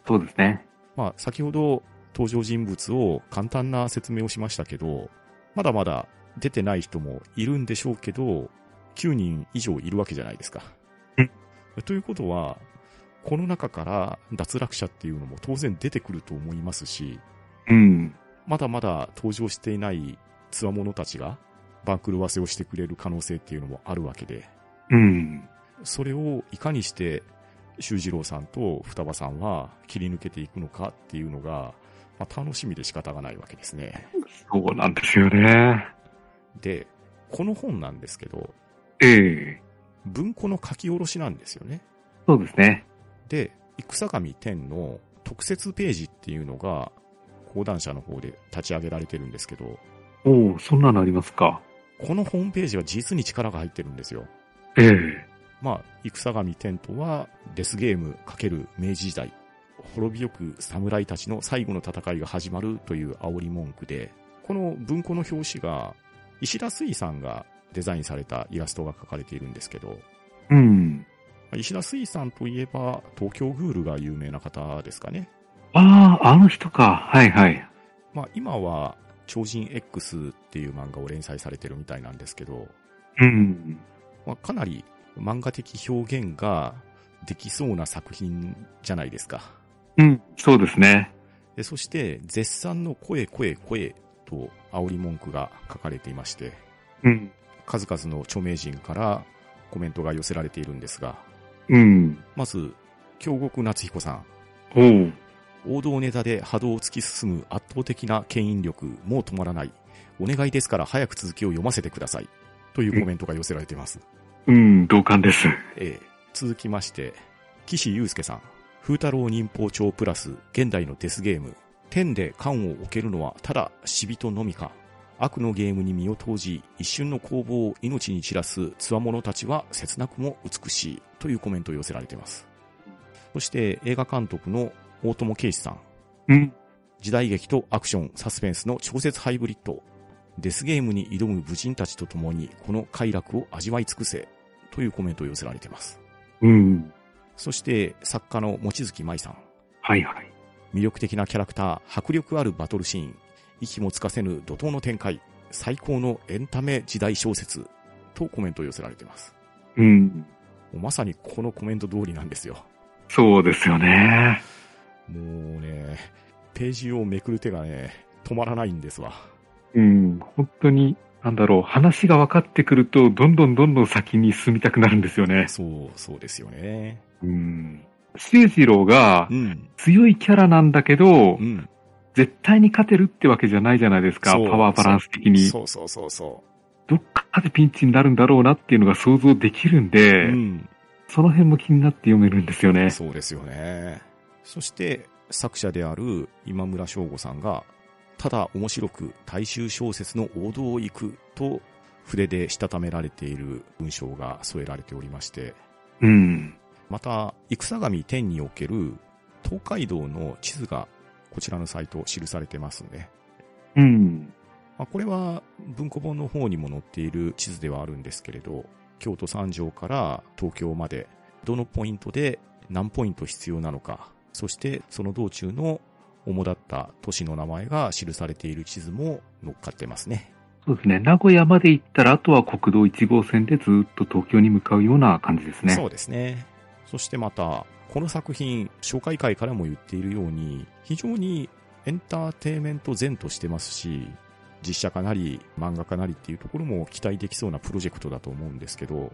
B: そうですね。
A: まあ、先ほど登場人物を簡単な説明をしましたけど、まだまだ出てない人もいるんでしょうけど、9人以上いるわけじゃないですか
B: うん。
A: ということは、この中から脱落者っていうのも当然出てくると思いますし、
B: うん。
A: まだまだ登場していない強者たちが番狂わせをしてくれる可能性っていうのもあるわけで、
B: うん。
A: それをいかにして修二郎さんと双葉さんは切り抜けていくのかっていうのが、まあ、楽しみで仕方がないわけですね。
B: そうなんですよね。
A: で、この本なんですけど、
B: ええ
A: 文庫の書き下ろしなんですよね。
B: そうですね。
A: で、戦神天の特設ページっていうのが、講談社の方で立ち上げられてるんですけど、
B: おお、そんなのありますか。
A: このホームページは実に力が入ってるんですよ。
B: ええ
A: まあ、戦神天とは、デスゲーム×明治時代、滅びよく侍たちの最後の戦いが始まるという煽り文句で、この文庫の表紙が、石田水さんがデザインされたイラストが描かれているんですけど、
B: うん。
A: まあ石田水さんといえば、東京グールが有名な方ですかね。
B: ああ、あの人か。はいはい。
A: まあ、今は、超人 X っていう漫画を連載されてるみたいなんですけど、
B: うん。
A: まあ、かなり漫画的表現ができそうな作品じゃないですか。
B: うん。そうですね。
A: でそして、絶賛の声声声と煽り文句が書かれていまして、
B: うん。
A: 数々の著名人からコメントが寄せられているんですが、
B: うん。
A: まず、京極夏彦さん、
B: おお。
A: 王道ネタで波動を突き進む圧倒的な牽引力、もう止まらない。お願いですから早く続きを読ませてください。というコメントが寄せられています。
B: うん、同感です。
A: ええ続きまして、岸優介さん、風太郎忍法帳プラス現代のデスゲーム、天で缶を置けるのはただ死人のみか。悪のゲームに身を投じ、一瞬の攻防を命に散らす強者たちは切なくも美しいというコメントを寄せられています。そして映画監督の大友圭司さん、
B: うん。
A: 時代劇とアクション、サスペンスの超絶ハイブリッド。デスゲームに挑む武人たちと共にこの快楽を味わい尽くせ。というコメントを寄せられています。
B: うん。
A: そして作家の望月舞さん。
B: はいはい。
A: 魅力的なキャラクター、迫力あるバトルシーン。息もつかせぬ怒涛の展開。最高のエンタメ時代小説。とコメントを寄せられています。
B: うん。
A: もうまさにこのコメント通りなんですよ。
B: そうですよね。
A: もうね、ページをめくる手がね、止まらないんですわ。
B: うん。本当に、なんだろう、話が分かってくると、どんどんどんどん先に進みたくなるんですよね。
A: そう、そうですよね。
B: うん。修二郎が
A: うん。
B: 強いキャラなんだけど
A: う、ん。
B: 絶対に勝てるってわけじゃないじゃないですか、パ
A: そう
B: ワーバランス的に。
A: そうそうそうそ
B: どっかでピンチになるんだろうなっていうのが想像できるん
A: う。
B: で、
A: ん。
B: その辺も気になって読めるんですよね。
A: そうですよね。そして、作者である今村翔吾さんが、ただ面白く大衆小説の王道を行くと、筆でしたためられている文章が添えられておりまして、
B: うん。
A: また、戦神天における東海道の地図がこちらのサイト記されてますね。
B: うん。
A: まあ、これは文庫本の方にも載っている地図ではあるんですけれど、京都三条から東京まで、どのポイントで何ポイント必要なのか、そしてその道中の主だった都市の名前が記されている地図も乗っかってますね。
B: そうですね。名古屋まで行ったら、あとは国道1号線でずっと東京に向かうような感じですね。
A: そうですね。そしてまた、この作品、紹介会からも言っているように、非常にエンターテイメント前としてますし、実写化なり漫画化なりっていうところも期待できそうなプロジェクトだと思うんですけど、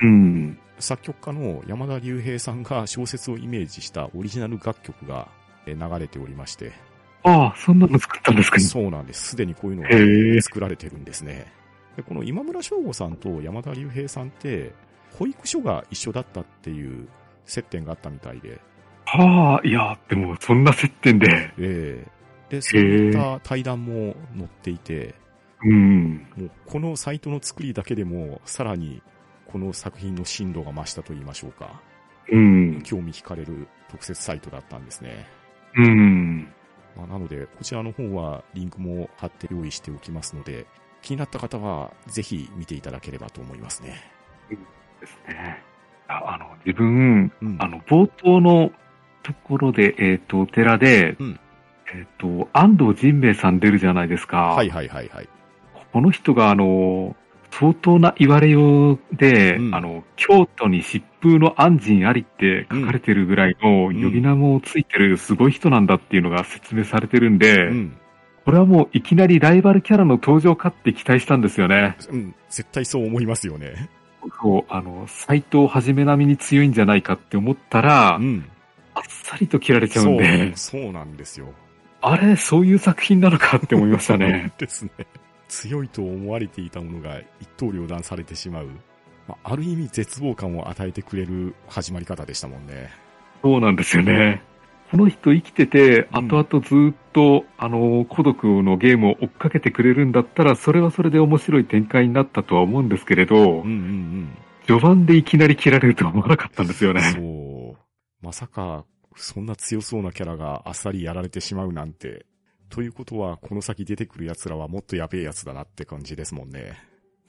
B: うん。
A: 作曲家の山田隆平さんが小説をイメージしたオリジナル楽曲がえー流れておりまして、
B: ああ、そんなの作ったんですか、
A: そうなんです。すでにこういうの
B: へー
A: が作られてるんですね。でこの今村翔吾さんと山田隆平さんって、保育所が一緒だったっていう接点があったみたいで、
B: はあ、いや、でも、そんな接点で。
A: えーで、そういった対談も載っていて、
B: うん。
A: もうこのサイトの作りだけでも、さらにこの作品の進路が増したと言いましょうか。
B: うん。
A: 興味惹かれる特設サイトだったんですね。
B: うん。
A: まあなので、こちらの方はリンクも貼って用意しておきますので、気になった方はぜひ見ていただければと思いますね。
B: ですね。ああの、自分、
A: うん。
B: あの、冒頭のところで、えっ、と、お寺で、
A: うん
B: えっ、と、安藤仁明さん出るじゃないですか。
A: はいはいはいはい。
B: この人が、あの、相当な言われようで、
A: うん
B: あの、京都に疾風の安心ありって書かれてるぐらいの
A: ん
B: 呼び名もついてるすごい人なんだっていうのが説明されてるんで、
A: うん。
B: これはもういきなりライバルキャラの登場かって期待したんですよね。
A: うん。絶対そう思いますよね。
B: そう、あの、斎藤はじめ並みに強いんじゃないかって思ったら、
A: うん。
B: あっさりと切られちゃうん
A: そう
B: で、、
A: そうなんですよ。
B: あれ、そういう作品なのかって思いましたね。
A: ですね。強いと思われていたものが一刀両断されてしまう。まあ、ある意味絶望感を与えてくれる始まり方でしたもんね。
B: そうなんですよね。この人生きてて、
A: うん
B: 後々ずっと、あの、孤独のゲームを追っかけてくれるんだったら、それはそれで面白い展開になったとは思うんですけれど
A: うん、うん
B: 序盤でいきなり切られるとは思わなかったんですよ
A: うん。
B: ね。
A: そう。まさか、そんな強そうなキャラがあっさりやられてしまうなんて。ということは、この先出てくる奴らはもっとやべえ奴だなって感じですもんね。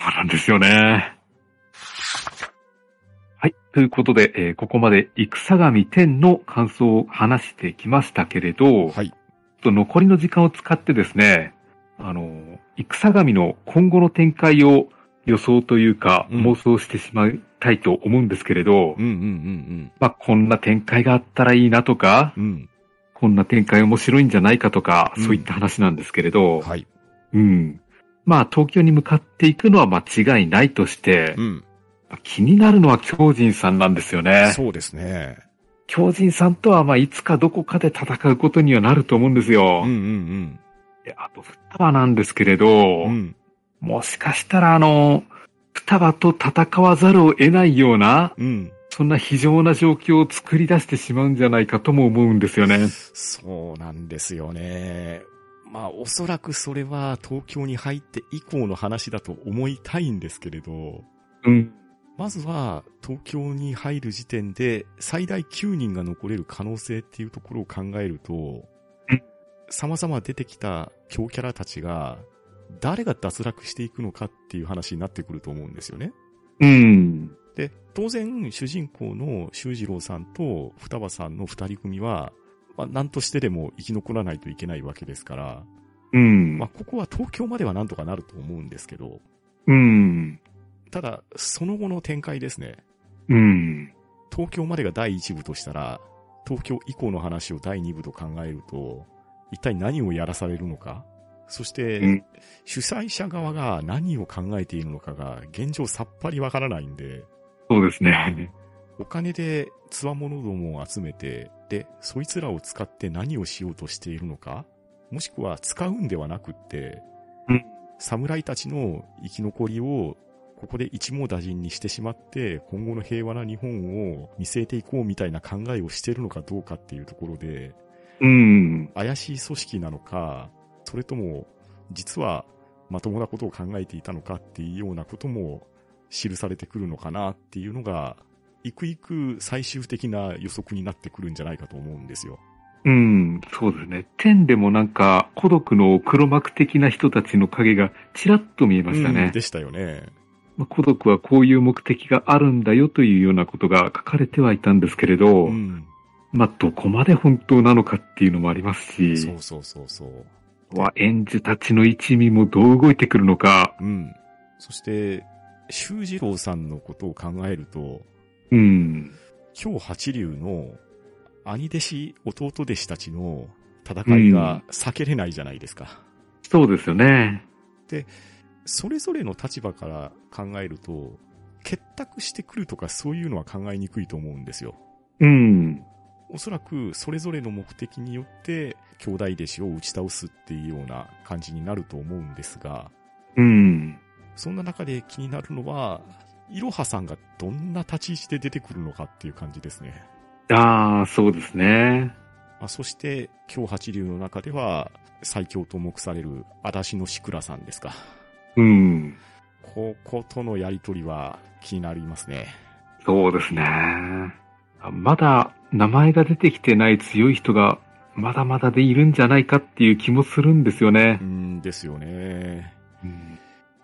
B: そうなんですよね。はい。ということで、えーここまで、戦神天の感想を話してきましたけれど、
A: はい。
B: ちょっと残りの時間を使ってですね、あの、戦神の今後の展開を予想というか、
A: うん
B: 妄想してしまいたいと思うんですけれど、
A: うんうん
B: まあ、こんな展開があったらいいなとか、
A: うんうん。うん。
B: こんな展開面白いんじゃないかとか、
A: うん
B: そういった話なんですけれど、
A: はい。
B: うん。まあ、東京に向かっていくのは間違いないとして、
A: うん。
B: 気になるのは狂人さんなんですよね。
A: そうですね。
B: 狂人さんとは、まあ、いつかどこかで戦うことにはなると思うんです
A: う
B: よ。
A: んうん
B: であと、双葉なんですけれど、
A: うん。うん。
B: もしかしたらあの、双葉と戦わざるを得ないような、
A: うん。
B: そんな非常な状況を作り出してしまうんじゃないかとも思うんですよね。
A: そうなんですよね。まあ、おそらくそれは東京に入って以降の話だと思いたいんですけれど、
B: うん。
A: まずは東京に入る時点で最大9人が残れる可能性っていうところを考えると
B: うん、
A: 様々出てきた強キャラたちが、誰が脱落していくのかっていう話になってくると思うんですよね。
B: うん。
A: で、当然、主人公の修二郎さんと双葉さんの二人組は、まあ、何としてでも生き残らないといけないわけですから、
B: うん。
A: まあ、ここは東京までは何とかなると思うんですけど、
B: うん。
A: ただ、その後の展開ですね。
B: うん。
A: 東京までが第一部としたら、東京以降の話を第二部と考えると、一体何をやらされるのか、そして、
B: うん
A: 主催者側が何を考えているのかが現状さっぱりわからないんで、
B: そうですね。
A: お金で強者どもを集めて、で、そいつらを使って何をしようとしているのかもしくは使うんではなくって、
B: うん
A: 侍たちの生き残りをここで一網打尽にしてしまって、今後の平和な日本を見据えていこうみたいな考えをしているのかどうかっていうところで、
B: うん。
A: 怪しい組織なのか、それとも、実はまともなことを考えていたのかっていうようなことも記されてくるのかなっていうのが、いくいく最終的な予測になってくるんじゃないかと思うんですよ。
B: うん。そうですね。天でもなんか、孤独の黒幕的な人たちの影がちらっと見えました
A: うん
B: ね。
A: でしたよね。
B: まあ孤独はこういう目的があるんだよというようなことが書かれてはいたんですけれど、
A: うん。
B: まあ、どこまで本当なのかっていうのもありますし
A: そ、うそうそうそう。
B: は演じたちの一味もどう動いてくるのか、
A: うん。そして、修二郎さんのことを考えると、
B: うん、
A: 京八流の兄弟子、弟弟子たちの戦いが避けれないじゃないですか。
B: そうですよね。
A: それぞれの立場から考えると、結託してくるとかそういうのは考えにくいと思うんですよ。
B: うん、
A: おそらくそれぞれの目的によって兄弟弟子を打ち倒すっていうような感じになると思うんですが、
B: うん、
A: そんな中で気になるのは、いろはさんがどんな立ち位置で出てくるのかっていう感じですね。
B: ああ、そうですね。
A: まあ、そして、京八流の中では最強と目される足立のシクラさんですか。
B: うん、
A: こことのやりとりは気になりますね。
B: そうですね。あまだ名前が出てきてない強い人が、まだまだでいるんじゃないかっていう気もするんですよね
A: う。んですよね。
B: うん、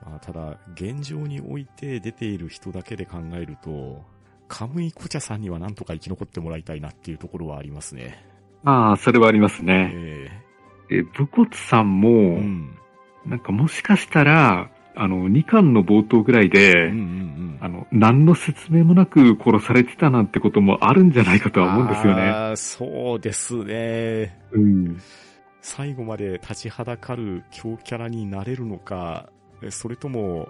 A: まあ、ただ、現状において出ている人だけで考えると、カムイコチャさんにはなんとか生き残ってもらいたいなっていうところはありますね。
B: ああ、それはありますね。
A: え
B: え、武骨さん
A: え
B: も、
A: うん。
B: なんかもしかしたら、あの、2巻の冒頭ぐらいで、
A: うんうんうん。
B: あの、何の説明もなく殺されてたなんてこともあるんじゃないかとは思うんですよね。
A: あーそうですね。
B: うん。
A: 最後まで立ちはだかる強キャラになれるのか、えそれとも、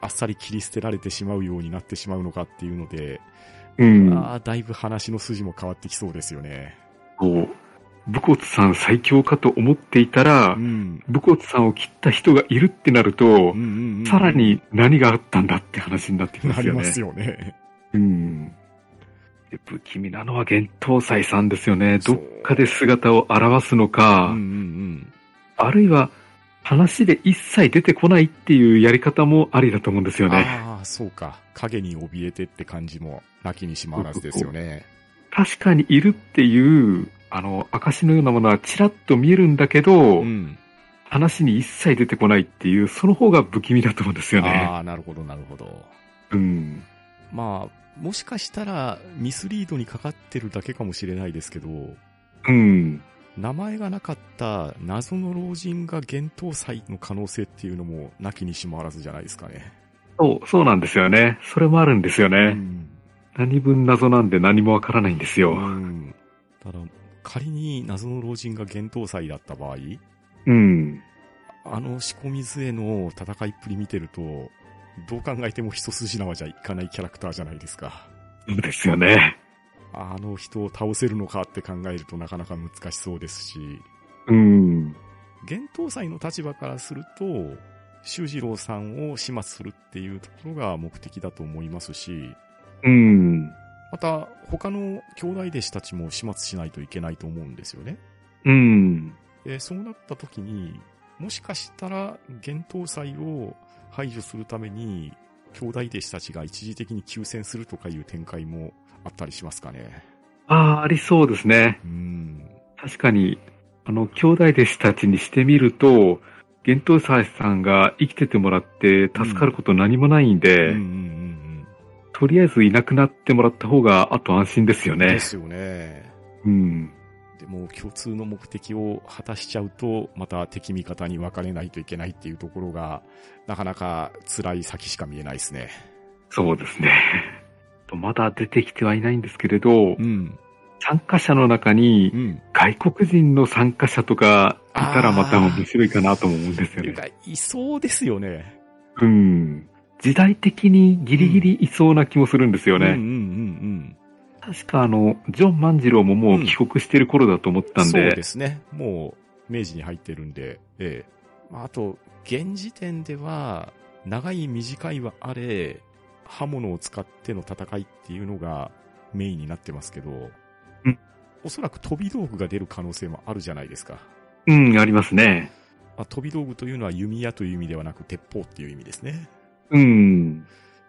A: あっさり切り捨てられてしまうようになってしまうのかっていうので、
B: うん。
A: あーだいぶ話の筋も変わってきそうですよね。
B: こう、武骨さん最強かと思っていたら、
A: うん。
B: 武骨さんを切った人がいるってなると、
A: うんうんうん
B: さらに何があったんだって話になってきま
A: な
B: す
A: り
B: よ
A: ま
B: ね。
A: すよね。
B: うん。で不気味なのは幻冬斎さんですよね。どっかで姿を現すのか、
A: ん
B: あるいは話で一切出てこないっていうやり方もありだと思うんですよね。
A: ああ、そうか。影に怯えてって感じも、なきにしもあらずですよね。
B: 確かにいるっていう、あの、証のようなものはちらっと見えるんだけど、
A: うん。
B: 話に一切出てこないっていう、その方が不気味だと思うんですよね。
A: ああ、なるほど、なるほど。
B: うん。
A: まあ、もしかしたら、ミスリードにかかってるだけかもしれないですけど、
B: うん。
A: 名前がなかった謎の老人が幻冬祭の可能性っていうのも、なきにしもあらずじゃないですかね。
B: そう、そうなんですよね。それもあるんですよね。
A: うん。
B: 何分謎なんで何もわからないんです
A: う
B: よ。
A: ん。ただ、仮に謎の老人が幻冬祭だった場合、
B: うん。
A: あの仕込み杖の戦いっぷり見てると、どう考えても一筋縄じゃいかないキャラクターじゃないですか。
B: そうですよね。
A: あの人を倒せるのかって考えるとなかなか難しそうですし、
B: うん。
A: 幻冬祭の立場からすると、修二郎さんを始末するっていうところが目的だと思いますし、
B: うん。
A: あまた、他の兄弟弟子たちも始末しないといけないと思うんですよね。
B: うん。
A: で、そうなった時に、もしかしたら、幻冬祭を排除するために、兄弟弟子たちが一時的に休戦するとかいう展開もあったりしますかね。
B: ああ、ありそうですね。
A: うん。
B: 確かに、あの、兄弟弟子たちにしてみると、幻冬斎さんが生きててもらって助かること何もないん
A: うん
B: で、
A: うんうん
B: とりあえずいなくなってもらった方が、あと安心ですよ
A: うん。で
B: ね。
A: すよね。
B: うん。
A: でも共通の目的を果たしちゃうと、また敵味方に分かれないといけないっていうところが、なかなか辛い先しか見えないですね。
B: そうですね。 とまだ出てきてはいないんですけれど、
A: ん。
B: 参加者の中に
A: うん。
B: 外国人の参加者とかいたらまた面白いかなとも思うんです
A: と
B: よ
A: いう
B: ね。
A: か、いそうですよね。
B: うん。時代的にギリギリいそうな気もするんですよ
A: うん
B: ね。
A: うんうん
B: 確かあの、ジョン万次郎ももう帰国してる頃だと思っ
A: う
B: た
A: ん。
B: ん
A: そ
B: で、
A: うですね。もう、明治に入ってるんで、ええ。まあ、あと、現時点では、長い短いはあれ、刃物を使っての戦いっていうのがメインになってますけど、
B: うん
A: おそらく飛び道具が出る可能性もあるじゃないですか。
B: うん、ありますね。
A: まあ、飛び道具というのは弓矢という意味ではなく鉄砲っていう意味ですね。
B: うん。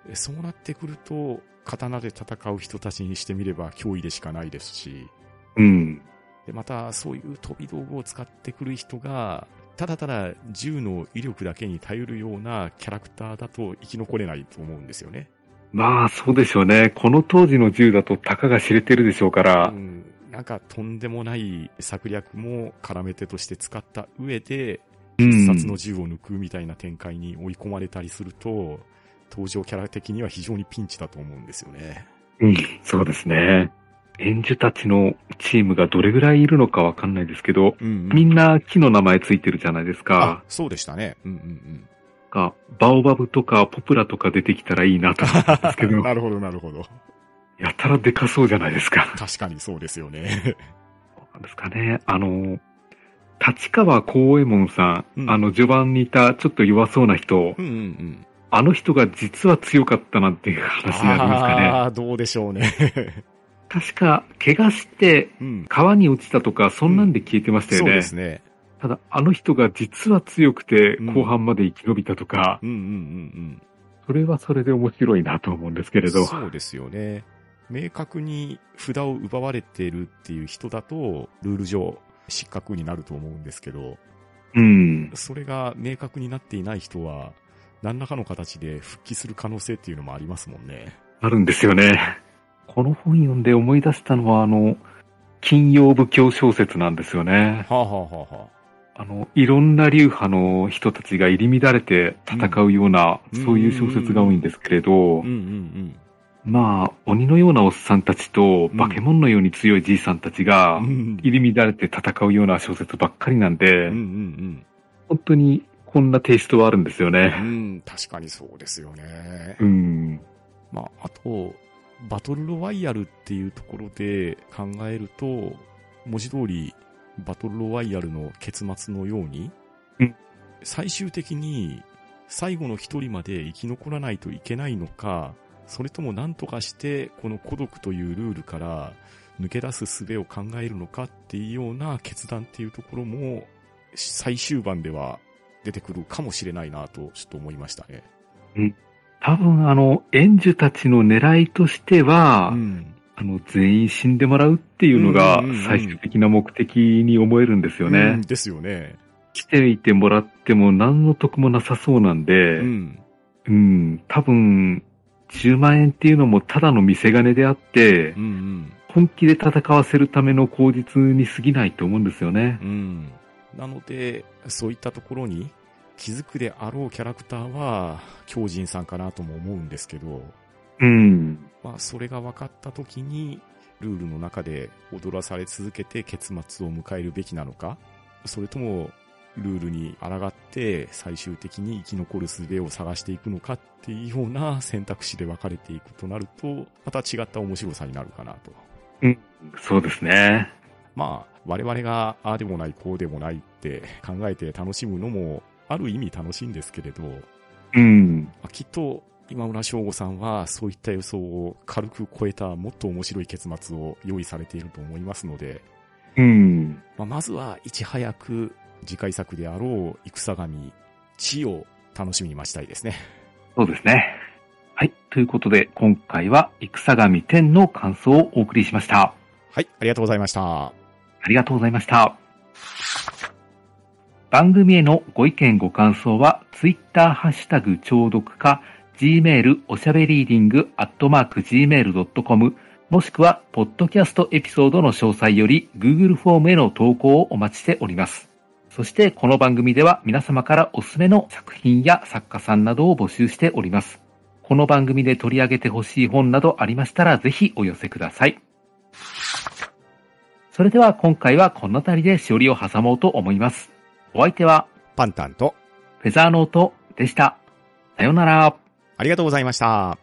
A: えそうなってくると、刀で戦う人たちにしてみれば脅威でしかないですし、
B: うん。
A: でまたそういう飛び道具を使ってくる人が、ただただ銃の威力だけに頼るようなキャラクターだと生き残れないと思うんですよね。
B: まあ、そうでしょうね。この当時の銃だとたかが知れてるでしょうか
A: う
B: ら。
A: ん、なんかとんでもない策略も絡め手として使った上で、
B: うん
A: 必殺の銃を抜くみたいな展開に追い込まれたりすると、登場キャラ的には非常にピンチだと思うんですよね。
B: うん、そうですね。演じたちのチームがどれぐらいいるのかわかんないですけど、
A: うん
B: みんな木の名前ついてるじゃないです
A: あ
B: か、。
A: そうでしたね。うんうん
B: かバオバブとかポプラとか出てきたらいいなと思ったんですけ
A: う ん。
B: ど、
A: なるほどなるほど。
B: やたらでかそうじゃないですか。
A: 確かにそうですよね。
B: なんですかね。あの、立川幸右衛門さん、
A: うん
B: あの序盤にいたちょっと弱そうな人、
A: うんうんうん。
B: あの人が実は強かったなんていう話になりますかね。
A: ああ、どうでしょうね。
B: 確か、怪我して
A: うん。
B: 川に落ちたとか、そんなんで消えてましたよ
A: そう
B: ね。
A: ですね。
B: ただ、あの人が実は強くて
A: うん、
B: 後半まで生き延びたとか、
A: うんうんうん
B: それはそれで面白いなと思うんですけ
A: うん。
B: れど。
A: そうですよね。明確に札を奪われてるっていう人だと、ルール上失格になると思うんですけど、
B: うん。
A: それが明確になっていない人は、何らかの形で復帰する可能性っていうのもありますもんね。
B: あるんですよね。この本読んで思い出したのは、あの、金曜武教小説なんですよね。
A: はあ、はあはあは
B: あの、いろんな流派の人たちが入り乱れて戦うような、
A: うん
B: そういう小説が多いんですけれど、
A: あ、うんうんうん。
B: まあ、鬼のようなおっさんたちと、
A: うん
B: 化け物のように強いじいさんたちが、入り乱れて戦うような小説ばっかりなんで、
A: うんうん
B: 本当にこんなテイストはあるんですよ
A: うん。う
B: ね。
A: ん、確かにそうですよね。
B: うん。
A: まあ、あと、バトルロワイヤルっていうところで考えると、文字通り、バトルロワイヤルの結末のように
B: うん、
A: 最終的に最後の一人まで生き残らないといけないのか、それとも何とかしてこの孤独というルールから抜け出す術を考えるのかっていうような決断っていうところも最終盤では出てくるかもしれないなとちょっと思いましたね。
B: 多分あの、園児たちの狙いとしては、
A: ん。
B: あの、全員死んでもらうっていうのが
A: うんうんうんうん
B: 最終的な目的に思えるんですよね。
A: うんですよね。
B: 来ていてもらっても何の得もなさそうなんで、
A: う
B: うん、
A: ん。
B: 多分、10万円っていうのもただの見せ金であって
A: う、ん
B: 本気で戦わせるための口実に過ぎないと思うんですよね
A: うん。う。ん。なので、そういったところに気づくであろうキャラクターは、狂人さんかなとも思うんですけど、
B: うん。
A: まあ、それが分かった時に、ルールの中で踊らされ続けて結末を迎えるべきなのか、それとも、ルールに抗って最終的に生き残る術を探していくのかっていうような選択肢で分かれていくとなると、また違った面白さになるかなと。
B: そうですね。
A: まあ、我々がああでもないこうでもないって考えて楽しむのもある意味楽しいんですけれど、ま
B: うん。
A: あきっと今村翔吾さんはそういった予想を軽く超えたもっと面白い結末を用意されていると思いますので、
B: うん。
A: まあ、まずはいち早く次回作であろう戦神、地を楽しみに待ちたいですね。
B: そうですね。はい。ということで、今回は、戦神天の感想をお送りしました。
A: はい、ありがとうございました。
B: ありがとうございました。番組へのご意見ご感想は、Twitter ハッシュタグ聴読か、gmail おしゃべりーディングアットマーク gmail.com、もしくは、ポッドキャストエピソードの詳細より Google フォームへの投稿をお待ちしております。そして、この番組では皆様からおすすめの作品や作家さんなどを募集しております。この番組で取り上げてほしい本などありましたら、ぜひお寄せください。それでは今回はこの辺りでしおりを挟もうと思います。お相手は、
A: パンタンと、
B: フェザーノートでした。さようなら。
A: ありがとうございました。